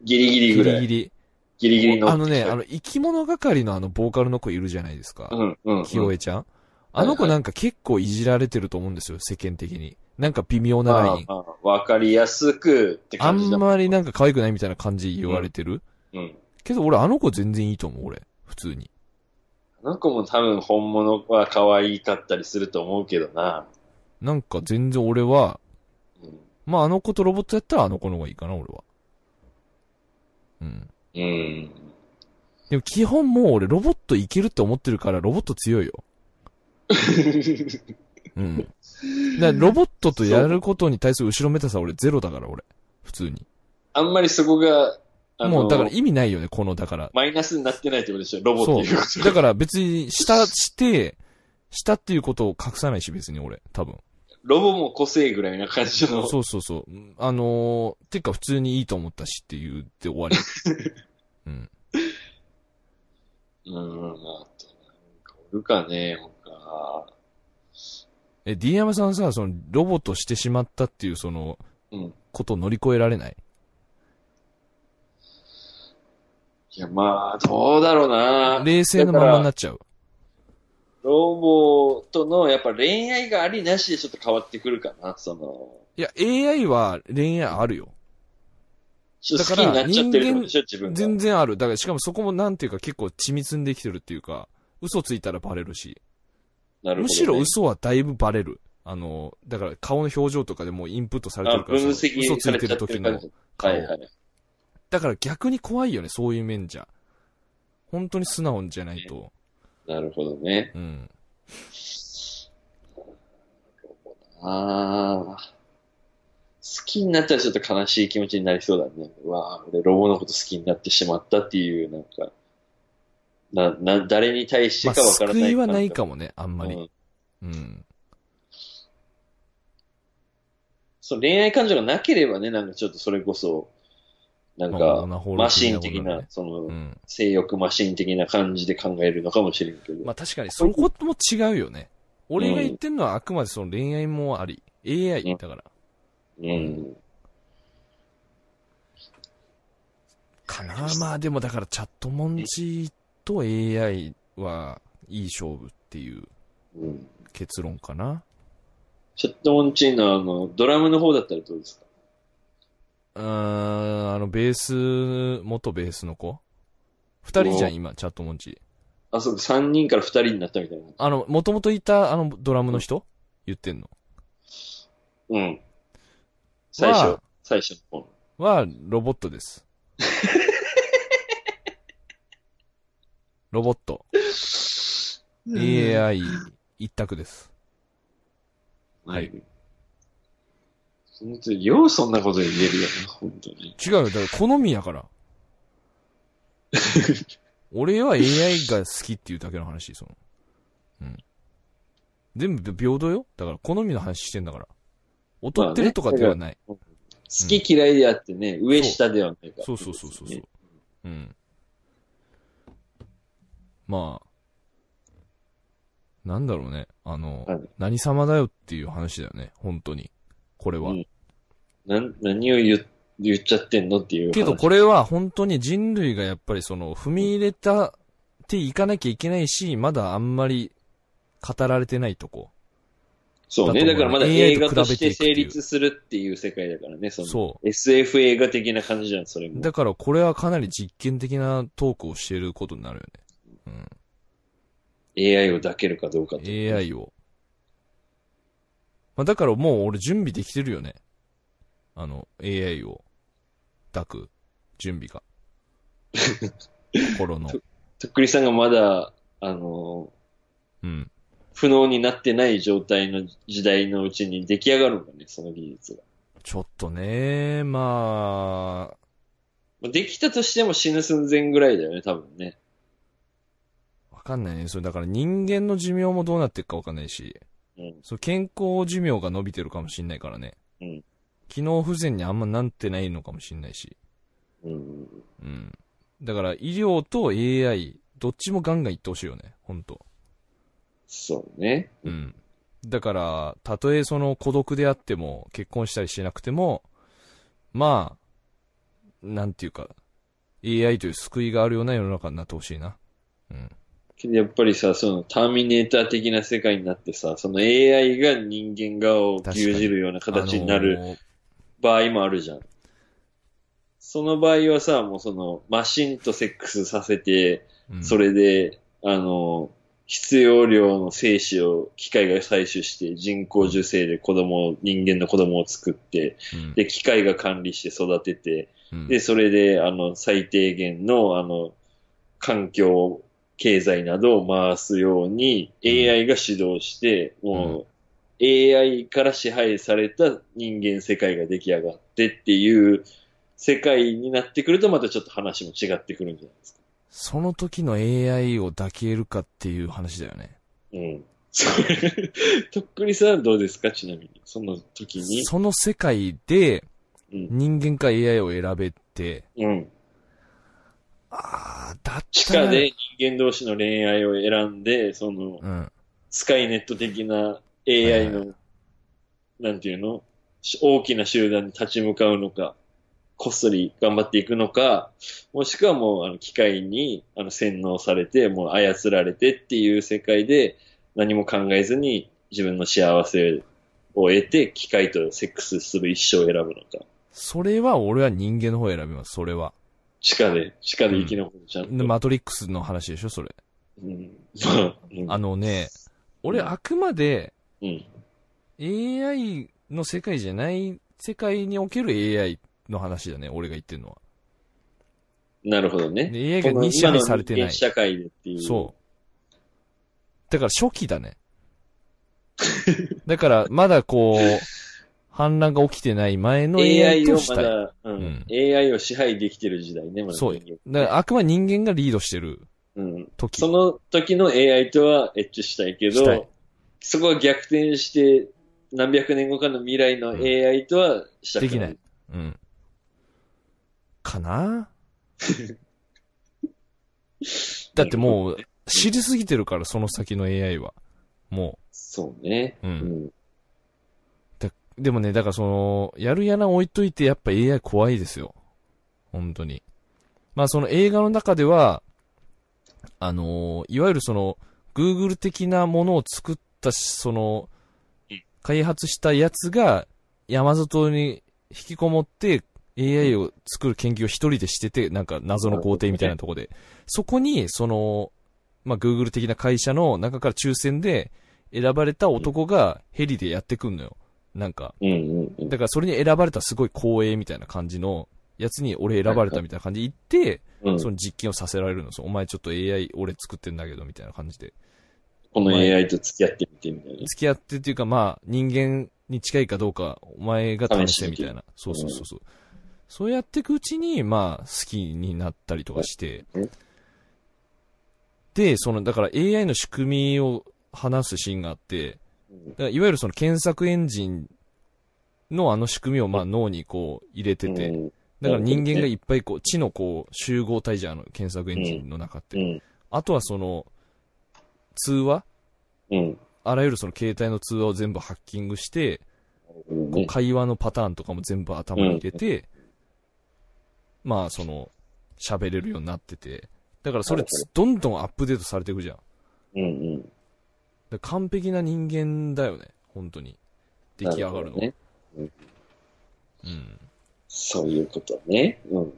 Speaker 2: ギリギリ
Speaker 1: ギ
Speaker 2: ぐら
Speaker 1: リギ
Speaker 2: い。
Speaker 1: リ。
Speaker 2: ギリギリの。
Speaker 1: あのね、あの、生き物係のあの、ボーカルの子いるじゃないですか。
Speaker 2: うん、うん。
Speaker 1: 清江ちゃん、あの子なんか結構いじられてると思うんですよ、世間的に。なんか微妙なライン。
Speaker 2: ああわかりやすくって
Speaker 1: あ
Speaker 2: 感じ
Speaker 1: ん
Speaker 2: だ。
Speaker 1: まりなんか可愛くないみたいな感じ言われてる、
Speaker 2: うん。
Speaker 1: けど俺あの子全然いいと思う、俺。普通に。
Speaker 2: あの子も多分本物は可愛かったりすると思うけどな。
Speaker 1: なんか全然俺は、
Speaker 2: うん。
Speaker 1: まああの子とロボットやったらあの子の方がいいかな、俺は。うん。
Speaker 2: うん。
Speaker 1: でも基本もう俺ロボットいけるって思ってるからロボット強いよ。うん。だからロボットとやることに対する後ろめたさ俺ゼロだから俺。普通に。
Speaker 2: あんまりそこが、あの
Speaker 1: もうだから意味ないよね、このだから。
Speaker 2: マイナスになってないってことでしょ、ロボ
Speaker 1: そ
Speaker 2: っていうこ
Speaker 1: う。だから別に、した、して、したっていうことを隠さないし、別に俺、多分。
Speaker 2: と。ロボも個性ぐらいな感じの。
Speaker 1: そうそうそう。あのー、てか普通にいいと思ったしって言って終わ り。うん。
Speaker 2: うん。あと、なんかおるかね、他。
Speaker 1: え、D 山さんさ、その、ロボとしてしまったっていう、その、
Speaker 2: うん。
Speaker 1: ことを乗り越えられない。
Speaker 2: いや、まあ、どうだろうな。
Speaker 1: 冷静なままになっちゃう。
Speaker 2: ロボとの、やっぱ恋愛がありなしでちょっと変わってくるかな、その、
Speaker 1: いや、AI は恋愛あるよ。
Speaker 2: ちょっと好
Speaker 1: だか
Speaker 2: きに
Speaker 1: ら
Speaker 2: なっちゃってるってことでしょ、自分が。
Speaker 1: 全然ある。だから、しかもそこもなんていうか結構緻密にできてるっていうか、嘘ついたらバレるし。
Speaker 2: なるほどね
Speaker 1: むしろ嘘はだいぶバレる。あの、だから顔の表情とかでもうインプットされて
Speaker 2: あ
Speaker 1: るか
Speaker 2: 分
Speaker 1: ら、その
Speaker 2: 析
Speaker 1: 嘘つ
Speaker 2: さ
Speaker 1: い
Speaker 2: れ
Speaker 1: て
Speaker 2: ちゃ
Speaker 1: る
Speaker 2: って
Speaker 1: 時
Speaker 2: る感
Speaker 1: の
Speaker 2: じ。
Speaker 1: 顔。
Speaker 2: はいはい。
Speaker 1: だから逆に怖いよね、そういう面じゃ。本当に素直じゃないと。
Speaker 2: なるほどね。
Speaker 1: うん。
Speaker 2: ああ。好きになったらちょっと悲しい気持ちになりそうだね。うわあ、俺ロボのこと好きになってしまったっていう、なんか、な、な、誰に対して
Speaker 1: まあ、
Speaker 2: かわからない。
Speaker 1: 救いはないかもね、あん
Speaker 2: あ
Speaker 1: ま
Speaker 2: んま
Speaker 1: り。
Speaker 2: り。
Speaker 1: うん。
Speaker 2: その恋愛感情がなければね、なんかちょっとそれこそ、なん
Speaker 1: まあ
Speaker 2: か、
Speaker 1: オナホール
Speaker 2: マシン的
Speaker 1: 的なことだ
Speaker 2: な
Speaker 1: ね、
Speaker 2: その、
Speaker 1: うん。
Speaker 2: 性欲マシン的な感じで考えるのかもしれんけど。
Speaker 1: まあ確かに、そことも違うよね。俺が言ってんのはあくまでその恋愛もあり。AI だから。
Speaker 2: うん。
Speaker 1: かなまあでもだからチャットモンチーと AI はいい勝負っていう
Speaker 2: うん。
Speaker 1: 結論かな。
Speaker 2: チャットモンチーのあの、ドラムの方だったらどうですか
Speaker 1: うーん、あの、ベース、元ベースの子二人じゃん、今、チャットモンチー。
Speaker 2: あ、そうか、3人から2人になったみたいな。
Speaker 1: あの、もともといた、あの、ドラムの人言ってんの。
Speaker 2: うん。最初
Speaker 1: は、
Speaker 2: 最初の方。
Speaker 1: は、ロボットです。ロボット。AI 一択です。
Speaker 2: は
Speaker 1: はい
Speaker 2: い。本当に、ようそんなこと言えるよな、本当に。
Speaker 1: 違うよ。だから、好みやから。 俺は AI が好きっていうだけの話、その。うん。全部平等よ。だから、好みの話してんだから。劣ってるとかではない。
Speaker 2: 好き嫌いであってね、上下ではないから。
Speaker 1: そうそうそうそうそう
Speaker 2: ね。。
Speaker 1: うん。まあ、なんだろうね。あの、
Speaker 2: はい
Speaker 1: 何様だよっていう話だよね。本当に。これは。
Speaker 2: うんなん、何を言、言っちゃってんのっていう話。
Speaker 1: けどこれは本当に人類がやっぱりその踏み入れたっていかなきゃいけないし、まだあんまり語られてないとこ。
Speaker 2: そうね。
Speaker 1: だ
Speaker 2: だ
Speaker 1: と
Speaker 2: か
Speaker 1: 思
Speaker 2: ら
Speaker 1: う
Speaker 2: まだ
Speaker 1: AI
Speaker 2: 映画とし
Speaker 1: と比
Speaker 2: て
Speaker 1: べていくってい
Speaker 2: 成
Speaker 1: う
Speaker 2: 立するっていう世界だからね、その。
Speaker 1: そ
Speaker 2: SF 映画的な感じじゃん、それ
Speaker 1: う。
Speaker 2: も。
Speaker 1: だからこれはかなり実験的なトークをしてることになるよね。
Speaker 2: AI を抱けるかどうか
Speaker 1: う
Speaker 2: と。
Speaker 1: ん。AI を。まあ、だからもう俺準備できてるよね。あの、AI を抱く準 備が。心の。
Speaker 2: とっくりさんがまだ、あの、
Speaker 1: うん。
Speaker 2: 不能になってない状態の時代のうちに出来上がるんだね、その技術が。
Speaker 1: ちょっとね、まあ、
Speaker 2: まあできたとしても死ぬ寸前ぐらいだよね、多分ね。
Speaker 1: わかんないね。それだから人間の寿命もどうなっていくかわかんないし、
Speaker 2: うん。
Speaker 1: そう健康寿命が伸びてるかもしんないからね。
Speaker 2: うん。
Speaker 1: 機能不全にあんまなんてないのかもしんないし。
Speaker 2: うん。
Speaker 1: うん。だから医療と AI、どっちもガンガンいってほしいよね。ほんと。
Speaker 2: そうね。
Speaker 1: うん。だから、たとえその孤独であっても、結婚したりしなくても、まあ、なんていうか、AI という救いがあるような世の中になってほしいな。うん。
Speaker 2: けどやっぱりさ、そのターミネーター的な世界になってさ、その AI が人間側を牛耳るような形になる
Speaker 1: あのー
Speaker 2: 場合もあるじゃん。その場合はさ、もうその、マシンとセックスさせて、
Speaker 1: うん
Speaker 2: それで、あの、必要量の精子を機械が採取して、人工授精で子供を、人間の子供を作って、
Speaker 1: うん
Speaker 2: で、機械が管理して育てて、
Speaker 1: うん
Speaker 2: で、それで、あの、最低限の、あの、環境、経済などを回すように、
Speaker 1: ん
Speaker 2: AI が指導して、もう、AI から支配された人間世界が出来上がってっていう世界になってくると、またちょっと話も違ってくるんじゃないですか。
Speaker 1: その時の AI を抱けるかっていう話だよね。
Speaker 2: うん。それとっくりさんはどうですかちなみに。その時に。
Speaker 1: その世界で
Speaker 2: うん。
Speaker 1: 人間か AI を選べて、
Speaker 2: うん。
Speaker 1: ああ、だっ
Speaker 2: 地
Speaker 1: た
Speaker 2: 下
Speaker 1: ら、
Speaker 2: で人間同士の恋愛を選んで、その、
Speaker 1: うん。
Speaker 2: スカイネット的な
Speaker 1: はい
Speaker 2: AI の、なんていうのし大きな集団に立ち向かうのか、こっそり頑張っていくのか、もしくはもうあの機械にあの洗脳されて、もう操られてっていう世界で何も考えずに自分の幸せを得て機械とセックスする一生を選ぶのか。
Speaker 1: それは俺は人間の方を選びます、それは。
Speaker 2: 地下で、地下で生き残るちゃんと。
Speaker 1: でマトリックスの話でしょ、それ。
Speaker 2: うん。まあ、うん。
Speaker 1: あのね、俺あくまで
Speaker 2: うん。
Speaker 1: AI の世界じゃない世界における AI の話だね、俺が言ってるのは。
Speaker 2: なるほどね。
Speaker 1: で AI がに支配されてない
Speaker 2: この今の人間。社会でっていう。
Speaker 1: そう。だから初期だね。だから、まだこう、反乱が起きてない前の AI
Speaker 2: AI
Speaker 1: と
Speaker 2: を
Speaker 1: し
Speaker 2: ま
Speaker 1: たい。
Speaker 2: だ、うん AI を支配できてる時代ね、まだ。
Speaker 1: そうだからあくまで人間がリードしてる
Speaker 2: うん。
Speaker 1: 時。
Speaker 2: その時の AI とはエッチしたいけ
Speaker 1: したい
Speaker 2: ど、そこは逆転して、何百年後かの未来の
Speaker 1: うん
Speaker 2: AI とはしたく
Speaker 1: できない。うん。かなだってもう、知りすぎてるから、その先の AI は。も
Speaker 2: そうね。
Speaker 1: う。う。
Speaker 2: うんん。
Speaker 1: でもね、だからその、やるやら置いといて、やっぱ AI 怖いですよ。本当に。まあその映画の中では、あのーいわゆるその、Google 的なものを作ったし、その
Speaker 2: うん、
Speaker 1: 開発したやつが、山里に引きこもって、AI を作る研究を一人でしてて、なんか謎の工程みたいなとこで。そこに、その、まあ Google 的な会社の中から抽選で選ばれた男がヘリでやってくんのよ。なんか、
Speaker 2: うんうんうん。
Speaker 1: だからそれに選ばれたすごい光栄みたいな感じのやつに俺選ばれたみたいな感じで行って、
Speaker 2: うん
Speaker 1: その実験をさせられるの。そのお前ちょっと AI 俺作ってんだけどみたいな感じで。
Speaker 2: この AI と付き合ってみてみたいな。
Speaker 1: 付き合ってっていうかまあ人間に近いかどうかお前が試してみたいな。そうそうそうそう。そうやっていくうちにまあ好きになったりとかして
Speaker 2: うん。
Speaker 1: で、そのだから AI の仕組みを話すシーンがあって、だからいわゆるその検索エンジンのあの仕組みをまあ脳にこう入れてて、
Speaker 2: うん
Speaker 1: だから人間がいっぱいこう、知のこう、集合体じゃん、あの検索エンジンの中っ
Speaker 2: う
Speaker 1: て。
Speaker 2: ん。
Speaker 1: あとはその、通話
Speaker 2: うん。
Speaker 1: あらゆるその携帯の通話を全部ハッキングして、
Speaker 2: うん
Speaker 1: こう会話のパターンとかも全部頭に入れて、まあその、喋れるようになってて、だからそれつどんどんアップデートされていくじゃん。
Speaker 2: うんうん。
Speaker 1: だから完璧な人間だよね、本当に。出来上がるの。
Speaker 2: ね。
Speaker 1: うん。
Speaker 2: そういうことね。うん。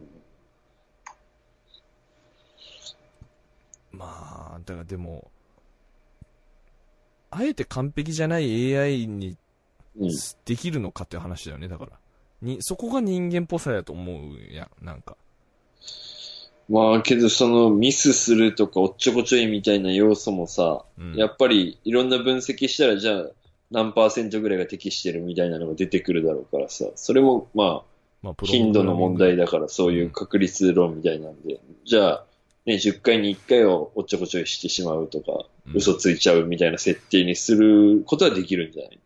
Speaker 1: まあ、だからでも、あえて完璧じゃない AI に
Speaker 2: うん。
Speaker 1: できるのかっていう話だよね、だから。に、そこが人間っぽさやと思うやん、なんか。
Speaker 2: まあけどそのミスするとかおっちょこちょいみたいな要素もさ、
Speaker 1: うん。
Speaker 2: やっぱりいろんな分析したらじゃあ何パーセントぐらいが適してるみたいなのが出てくるだろうからさ、それもま
Speaker 1: まあ、
Speaker 2: あ
Speaker 1: プログラミン
Speaker 2: 頻
Speaker 1: グ
Speaker 2: 度の問題。だからそういう確率論みたいなんで、じゃあね、10回に1回をおっちょこちょいしてしまうとか、
Speaker 1: うん
Speaker 2: 嘘ついちゃうみたいな設定にすることはできるんじゃない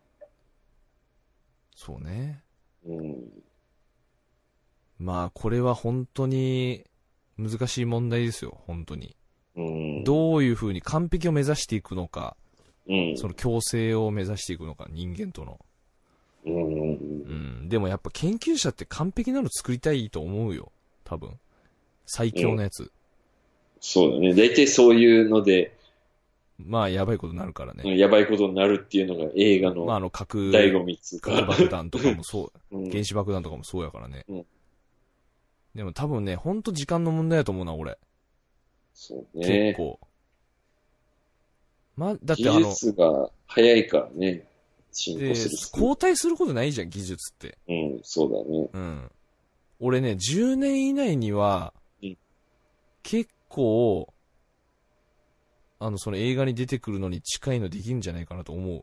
Speaker 1: そうね。
Speaker 2: うん。
Speaker 1: まあ、これは本当に難しい問題ですよ、本当に。
Speaker 2: うん。
Speaker 1: どういうふうに完璧を目指していくのか、
Speaker 2: うん。
Speaker 1: その共生を目指していくのか、人間との。
Speaker 2: うん
Speaker 1: う。ん。でもやっぱ研究者って完璧なの作りたいと思うよ、多分。最強のやつ。
Speaker 2: そうだね。大体そういうので、
Speaker 1: まあ、やばいことになるからね。
Speaker 2: やばいことになるっていうのが映画
Speaker 1: まあ、
Speaker 2: の
Speaker 1: あの、核、
Speaker 2: 醍醐味っつう
Speaker 1: 核
Speaker 2: か。
Speaker 1: 爆弾とかもそう、
Speaker 2: うん
Speaker 1: 原子爆弾とかもそうやからね。
Speaker 2: うん
Speaker 1: でも多分ね、ほんと時間の問題だと思うな、俺。
Speaker 2: そう
Speaker 1: 結
Speaker 2: ね。
Speaker 1: 構。まあ、だってあ
Speaker 2: 技
Speaker 1: の、
Speaker 2: 術が早いからね。進
Speaker 1: で
Speaker 2: 歩するスピード。
Speaker 1: 交代することないじゃん、技術って。
Speaker 2: うん、そうだね。
Speaker 1: うん。俺ね、10年以内には
Speaker 2: うん、
Speaker 1: 結構、あの、その映画に出てくるのに近いのできるんじゃないかなと思う。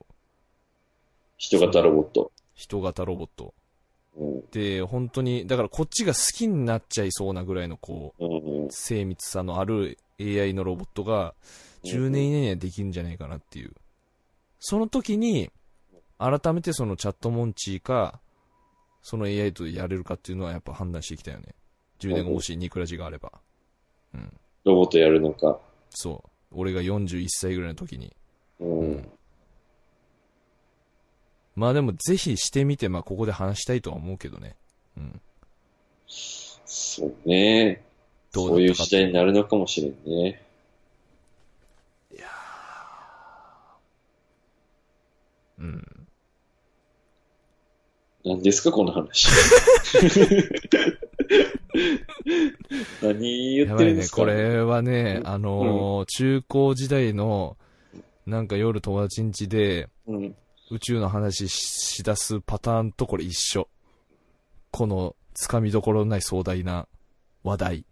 Speaker 2: 人型ロボット。
Speaker 1: 人型ロボット。
Speaker 2: うん、
Speaker 1: で、本当に、だからこっちが好きになっちゃいそうなぐらいの、こう、
Speaker 2: うん、
Speaker 1: 精密さのある AI のロボットが10年以内にはできるんじゃないかなっていう。その時に、改めてそのチャットモンチーか、その AI とやれるかっていうのはやっぱ判断していきたいよね。10年後もしニクラジがあれば。うん。
Speaker 2: ロボットやるのか。
Speaker 1: そう。俺が41歳ぐらいの時に。
Speaker 2: うん、
Speaker 1: まあでもぜひしてみて、まあここで話したいとは思うけどね。うん。
Speaker 2: そうね。
Speaker 1: どうだったか
Speaker 2: そういう時代になるのかもしれんね。
Speaker 1: うん。
Speaker 2: 何ですか、こ の話。何
Speaker 1: や
Speaker 2: 言っ
Speaker 1: ば
Speaker 2: てる
Speaker 1: い
Speaker 2: んで
Speaker 1: ね、
Speaker 2: すか
Speaker 1: これはね、あのー中高時代の、なんか夜友達ん家で、
Speaker 2: うん。
Speaker 1: 宇宙の話ししだすパターンとこれ一緒。この、つかみどころのない壮大な話題。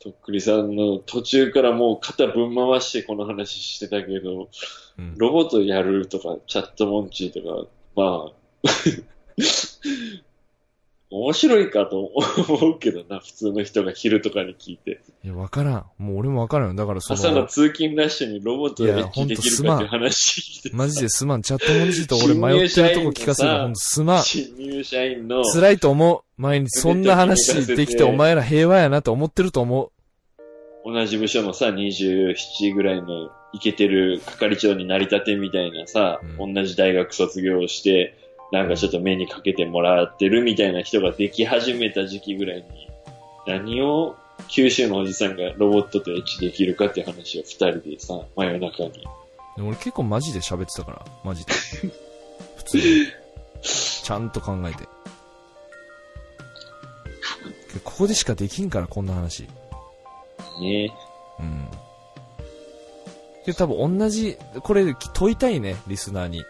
Speaker 2: とっくりさんの途中からもう肩ぶん回してこの話してたけど、
Speaker 1: うん。
Speaker 2: ロボットやるとか、チャットモンチーとか、まあ、 面白いかと思うけどな、普通の人が昼とかに聞いて。
Speaker 1: いや、わからん。もう俺もわからんよ。だからそ
Speaker 2: 朝の
Speaker 1: の、
Speaker 2: 通勤ラッシュにロボットで一気にできるかっていう話聞いて。
Speaker 1: マジですまん。チャットモンジーと俺迷ってるとこ聞かせるのほんとすまん。
Speaker 2: 新入社員の、
Speaker 1: 辛いと思う。毎日そんな話できてお前ら平和やなと思ってると思う。
Speaker 2: 同じ部署のさ、27ぐらいのイケてる係長になりたてみたいなさ、
Speaker 1: う
Speaker 2: 同じ大学卒業して、なんかちょっと目にかけてもらってるみたいな人ができ始めた時期ぐらいに、何を九州のおじさんがロボットとエッチできるかって話を二人でさ、真夜中に。
Speaker 1: でも俺結構マジで喋ってたから、マ ジで。普通に。ちゃんと考えて。けどここでしかできんから、こんな話。
Speaker 2: ね
Speaker 1: うん。けど多分同じ、これ問いたいね、リスナーに。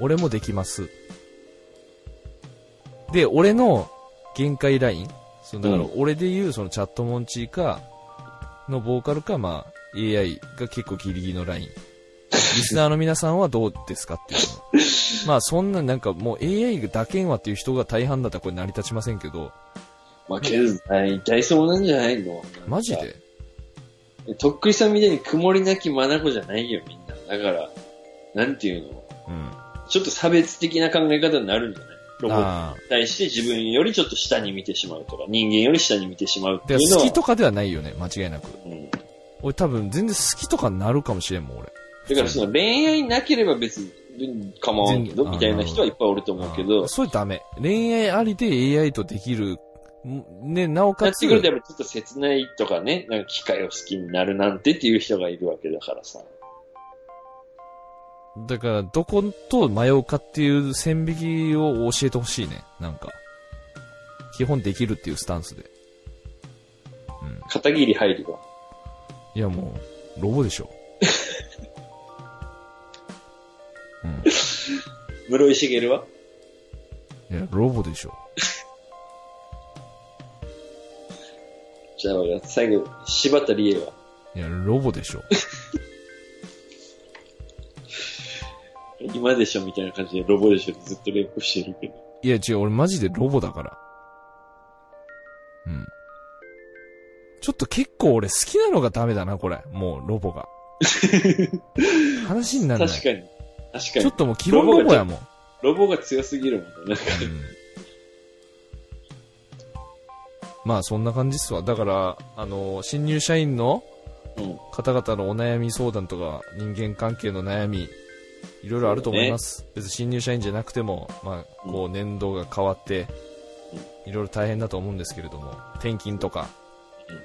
Speaker 1: 俺もできます。で、俺の限界ライン。そのだから
Speaker 2: う
Speaker 1: 俺で言うそのチャットモンチーか、のボーカルか、まあ、AI が結構ギリギリのライン。リスナーの皆さんはどうですかっていう のまあそんななんかもう AI だけんはっていう人が大半だったらこれ成り立ちませんけど、
Speaker 2: まあ、けど、大体そうなんじゃないの
Speaker 1: マジで
Speaker 2: とっくりさんみたいに曇りなき眼じゃないよ、みんな。だから、なんていうの
Speaker 1: うん。
Speaker 2: ちょっと差別的な考え方になるんじゃないロボットに
Speaker 1: ああ。
Speaker 2: 対して自分よりちょっと下に見てしまうとか、人間より下に見てしまうって
Speaker 1: で
Speaker 2: いうの
Speaker 1: 好
Speaker 2: は。
Speaker 1: きとかではないよね、間違いなく。
Speaker 2: うん
Speaker 1: 俺多分全然好きとかになるかもしれんもん、俺。
Speaker 2: だからその恋愛なければ別に構わんけど、
Speaker 1: 全
Speaker 2: みたいな人はいっぱいおると思うけど、
Speaker 1: それダメ。恋愛ありで AI とできる。んね、なお
Speaker 2: や
Speaker 1: か
Speaker 2: っ
Speaker 1: つ、
Speaker 2: てくるとやっぱちょっと切ないとかね、なんか機械を好きになるなんてっていう人がいるわけだからさ。
Speaker 1: だから、どこと迷うかっていう線引きを教えてほしいね。なんか。基本できるっていうスタンスで。うん。
Speaker 2: 片桐入るわ。
Speaker 1: いやもう、ロボでし ょ。うん。
Speaker 2: 室井茂はい
Speaker 1: や、ロボでしょ。
Speaker 2: じゃあ最後、柴田理恵はい
Speaker 1: や、ロボでしょ。
Speaker 2: 今でしょみたいな感じでロボでしょってずっと連呼してるけど。
Speaker 1: いや、違う、俺マジでロボだから。うん。ちょっと結構俺好きなのがダメだな、これ。もう、ロボが。話にならない。
Speaker 2: 確かに。確か
Speaker 1: ちょ
Speaker 2: に
Speaker 1: っ。ともう基本ロボやもん。
Speaker 2: ロボが強すぎるもん
Speaker 1: うん
Speaker 2: ね。
Speaker 1: まあ、そんな感じっすわ。だから、あの、新入社員の
Speaker 2: うん
Speaker 1: 方々のお悩み相談とか、人間関係の悩み、いろいろあると思います。別に新入社員じゃなくても、まあ、こう、年度が変わって、いろいろ大変だと思うんですけれども、転勤とか
Speaker 2: うん、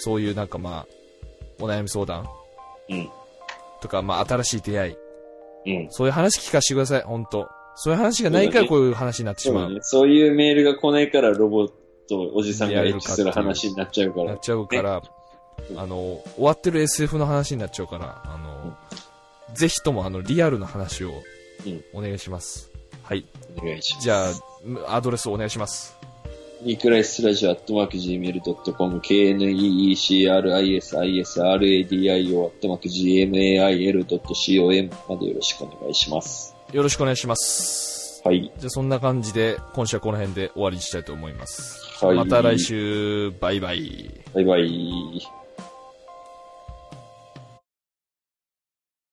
Speaker 1: そういうなんかまあ、お悩み相談
Speaker 2: うん。
Speaker 1: とか、まあ、新しい出会い、
Speaker 2: うん。
Speaker 1: そういう話聞かせてください、本当そういう話がないからこういう話になってし
Speaker 2: そう
Speaker 1: ま
Speaker 2: だ
Speaker 1: う。
Speaker 2: ね。そういうメールが来ないからロボット、おじさんがエッチする話になっちゃうか
Speaker 1: な
Speaker 2: ら
Speaker 1: っ。ちゃうから、
Speaker 2: うん
Speaker 1: あの、終わってる SF の話になっちゃうから、あの、ぜひともあの、リアルな話を
Speaker 2: うん、
Speaker 1: お願いします。はい。
Speaker 2: お願いします。
Speaker 1: じゃあ、アドレスお願いします。
Speaker 2: ニクライスラジオアットマーク Gmail.com、KNEECRISISRADIO アットマーク Gmail.com までよろしくお願いします。
Speaker 1: よろしくお願いします。
Speaker 2: はい。
Speaker 1: じゃあ、そんな感じで、今週はこの辺で終わりにしたいと思います。
Speaker 2: はい。
Speaker 1: また来。週、バイバイ。
Speaker 2: バイバイ。